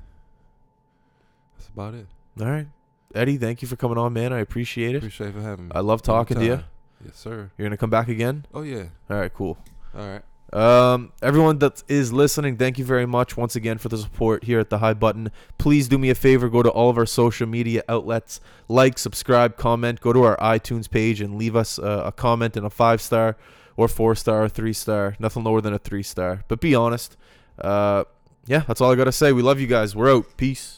B: that's about it.
A: All right. Eddie, thank you for coming on, man. I appreciate it.
B: Appreciate you for having me.
A: I love Uh, talking to you.
B: Anytime. Yes, sir.
A: You're going to come back again?
B: Oh yeah.
A: All right, cool.
B: All right.
A: Um, everyone that is listening, thank you very much once again for the support here at the High Button. Please do me a favor, go to all of our social media outlets, like, subscribe, comment, go to our iTunes page and leave us uh, a comment and a five star or four star or three star, nothing lower than a three star. But be honest. Uh, yeah, that's all I got to say. We love you guys. We're out. Peace.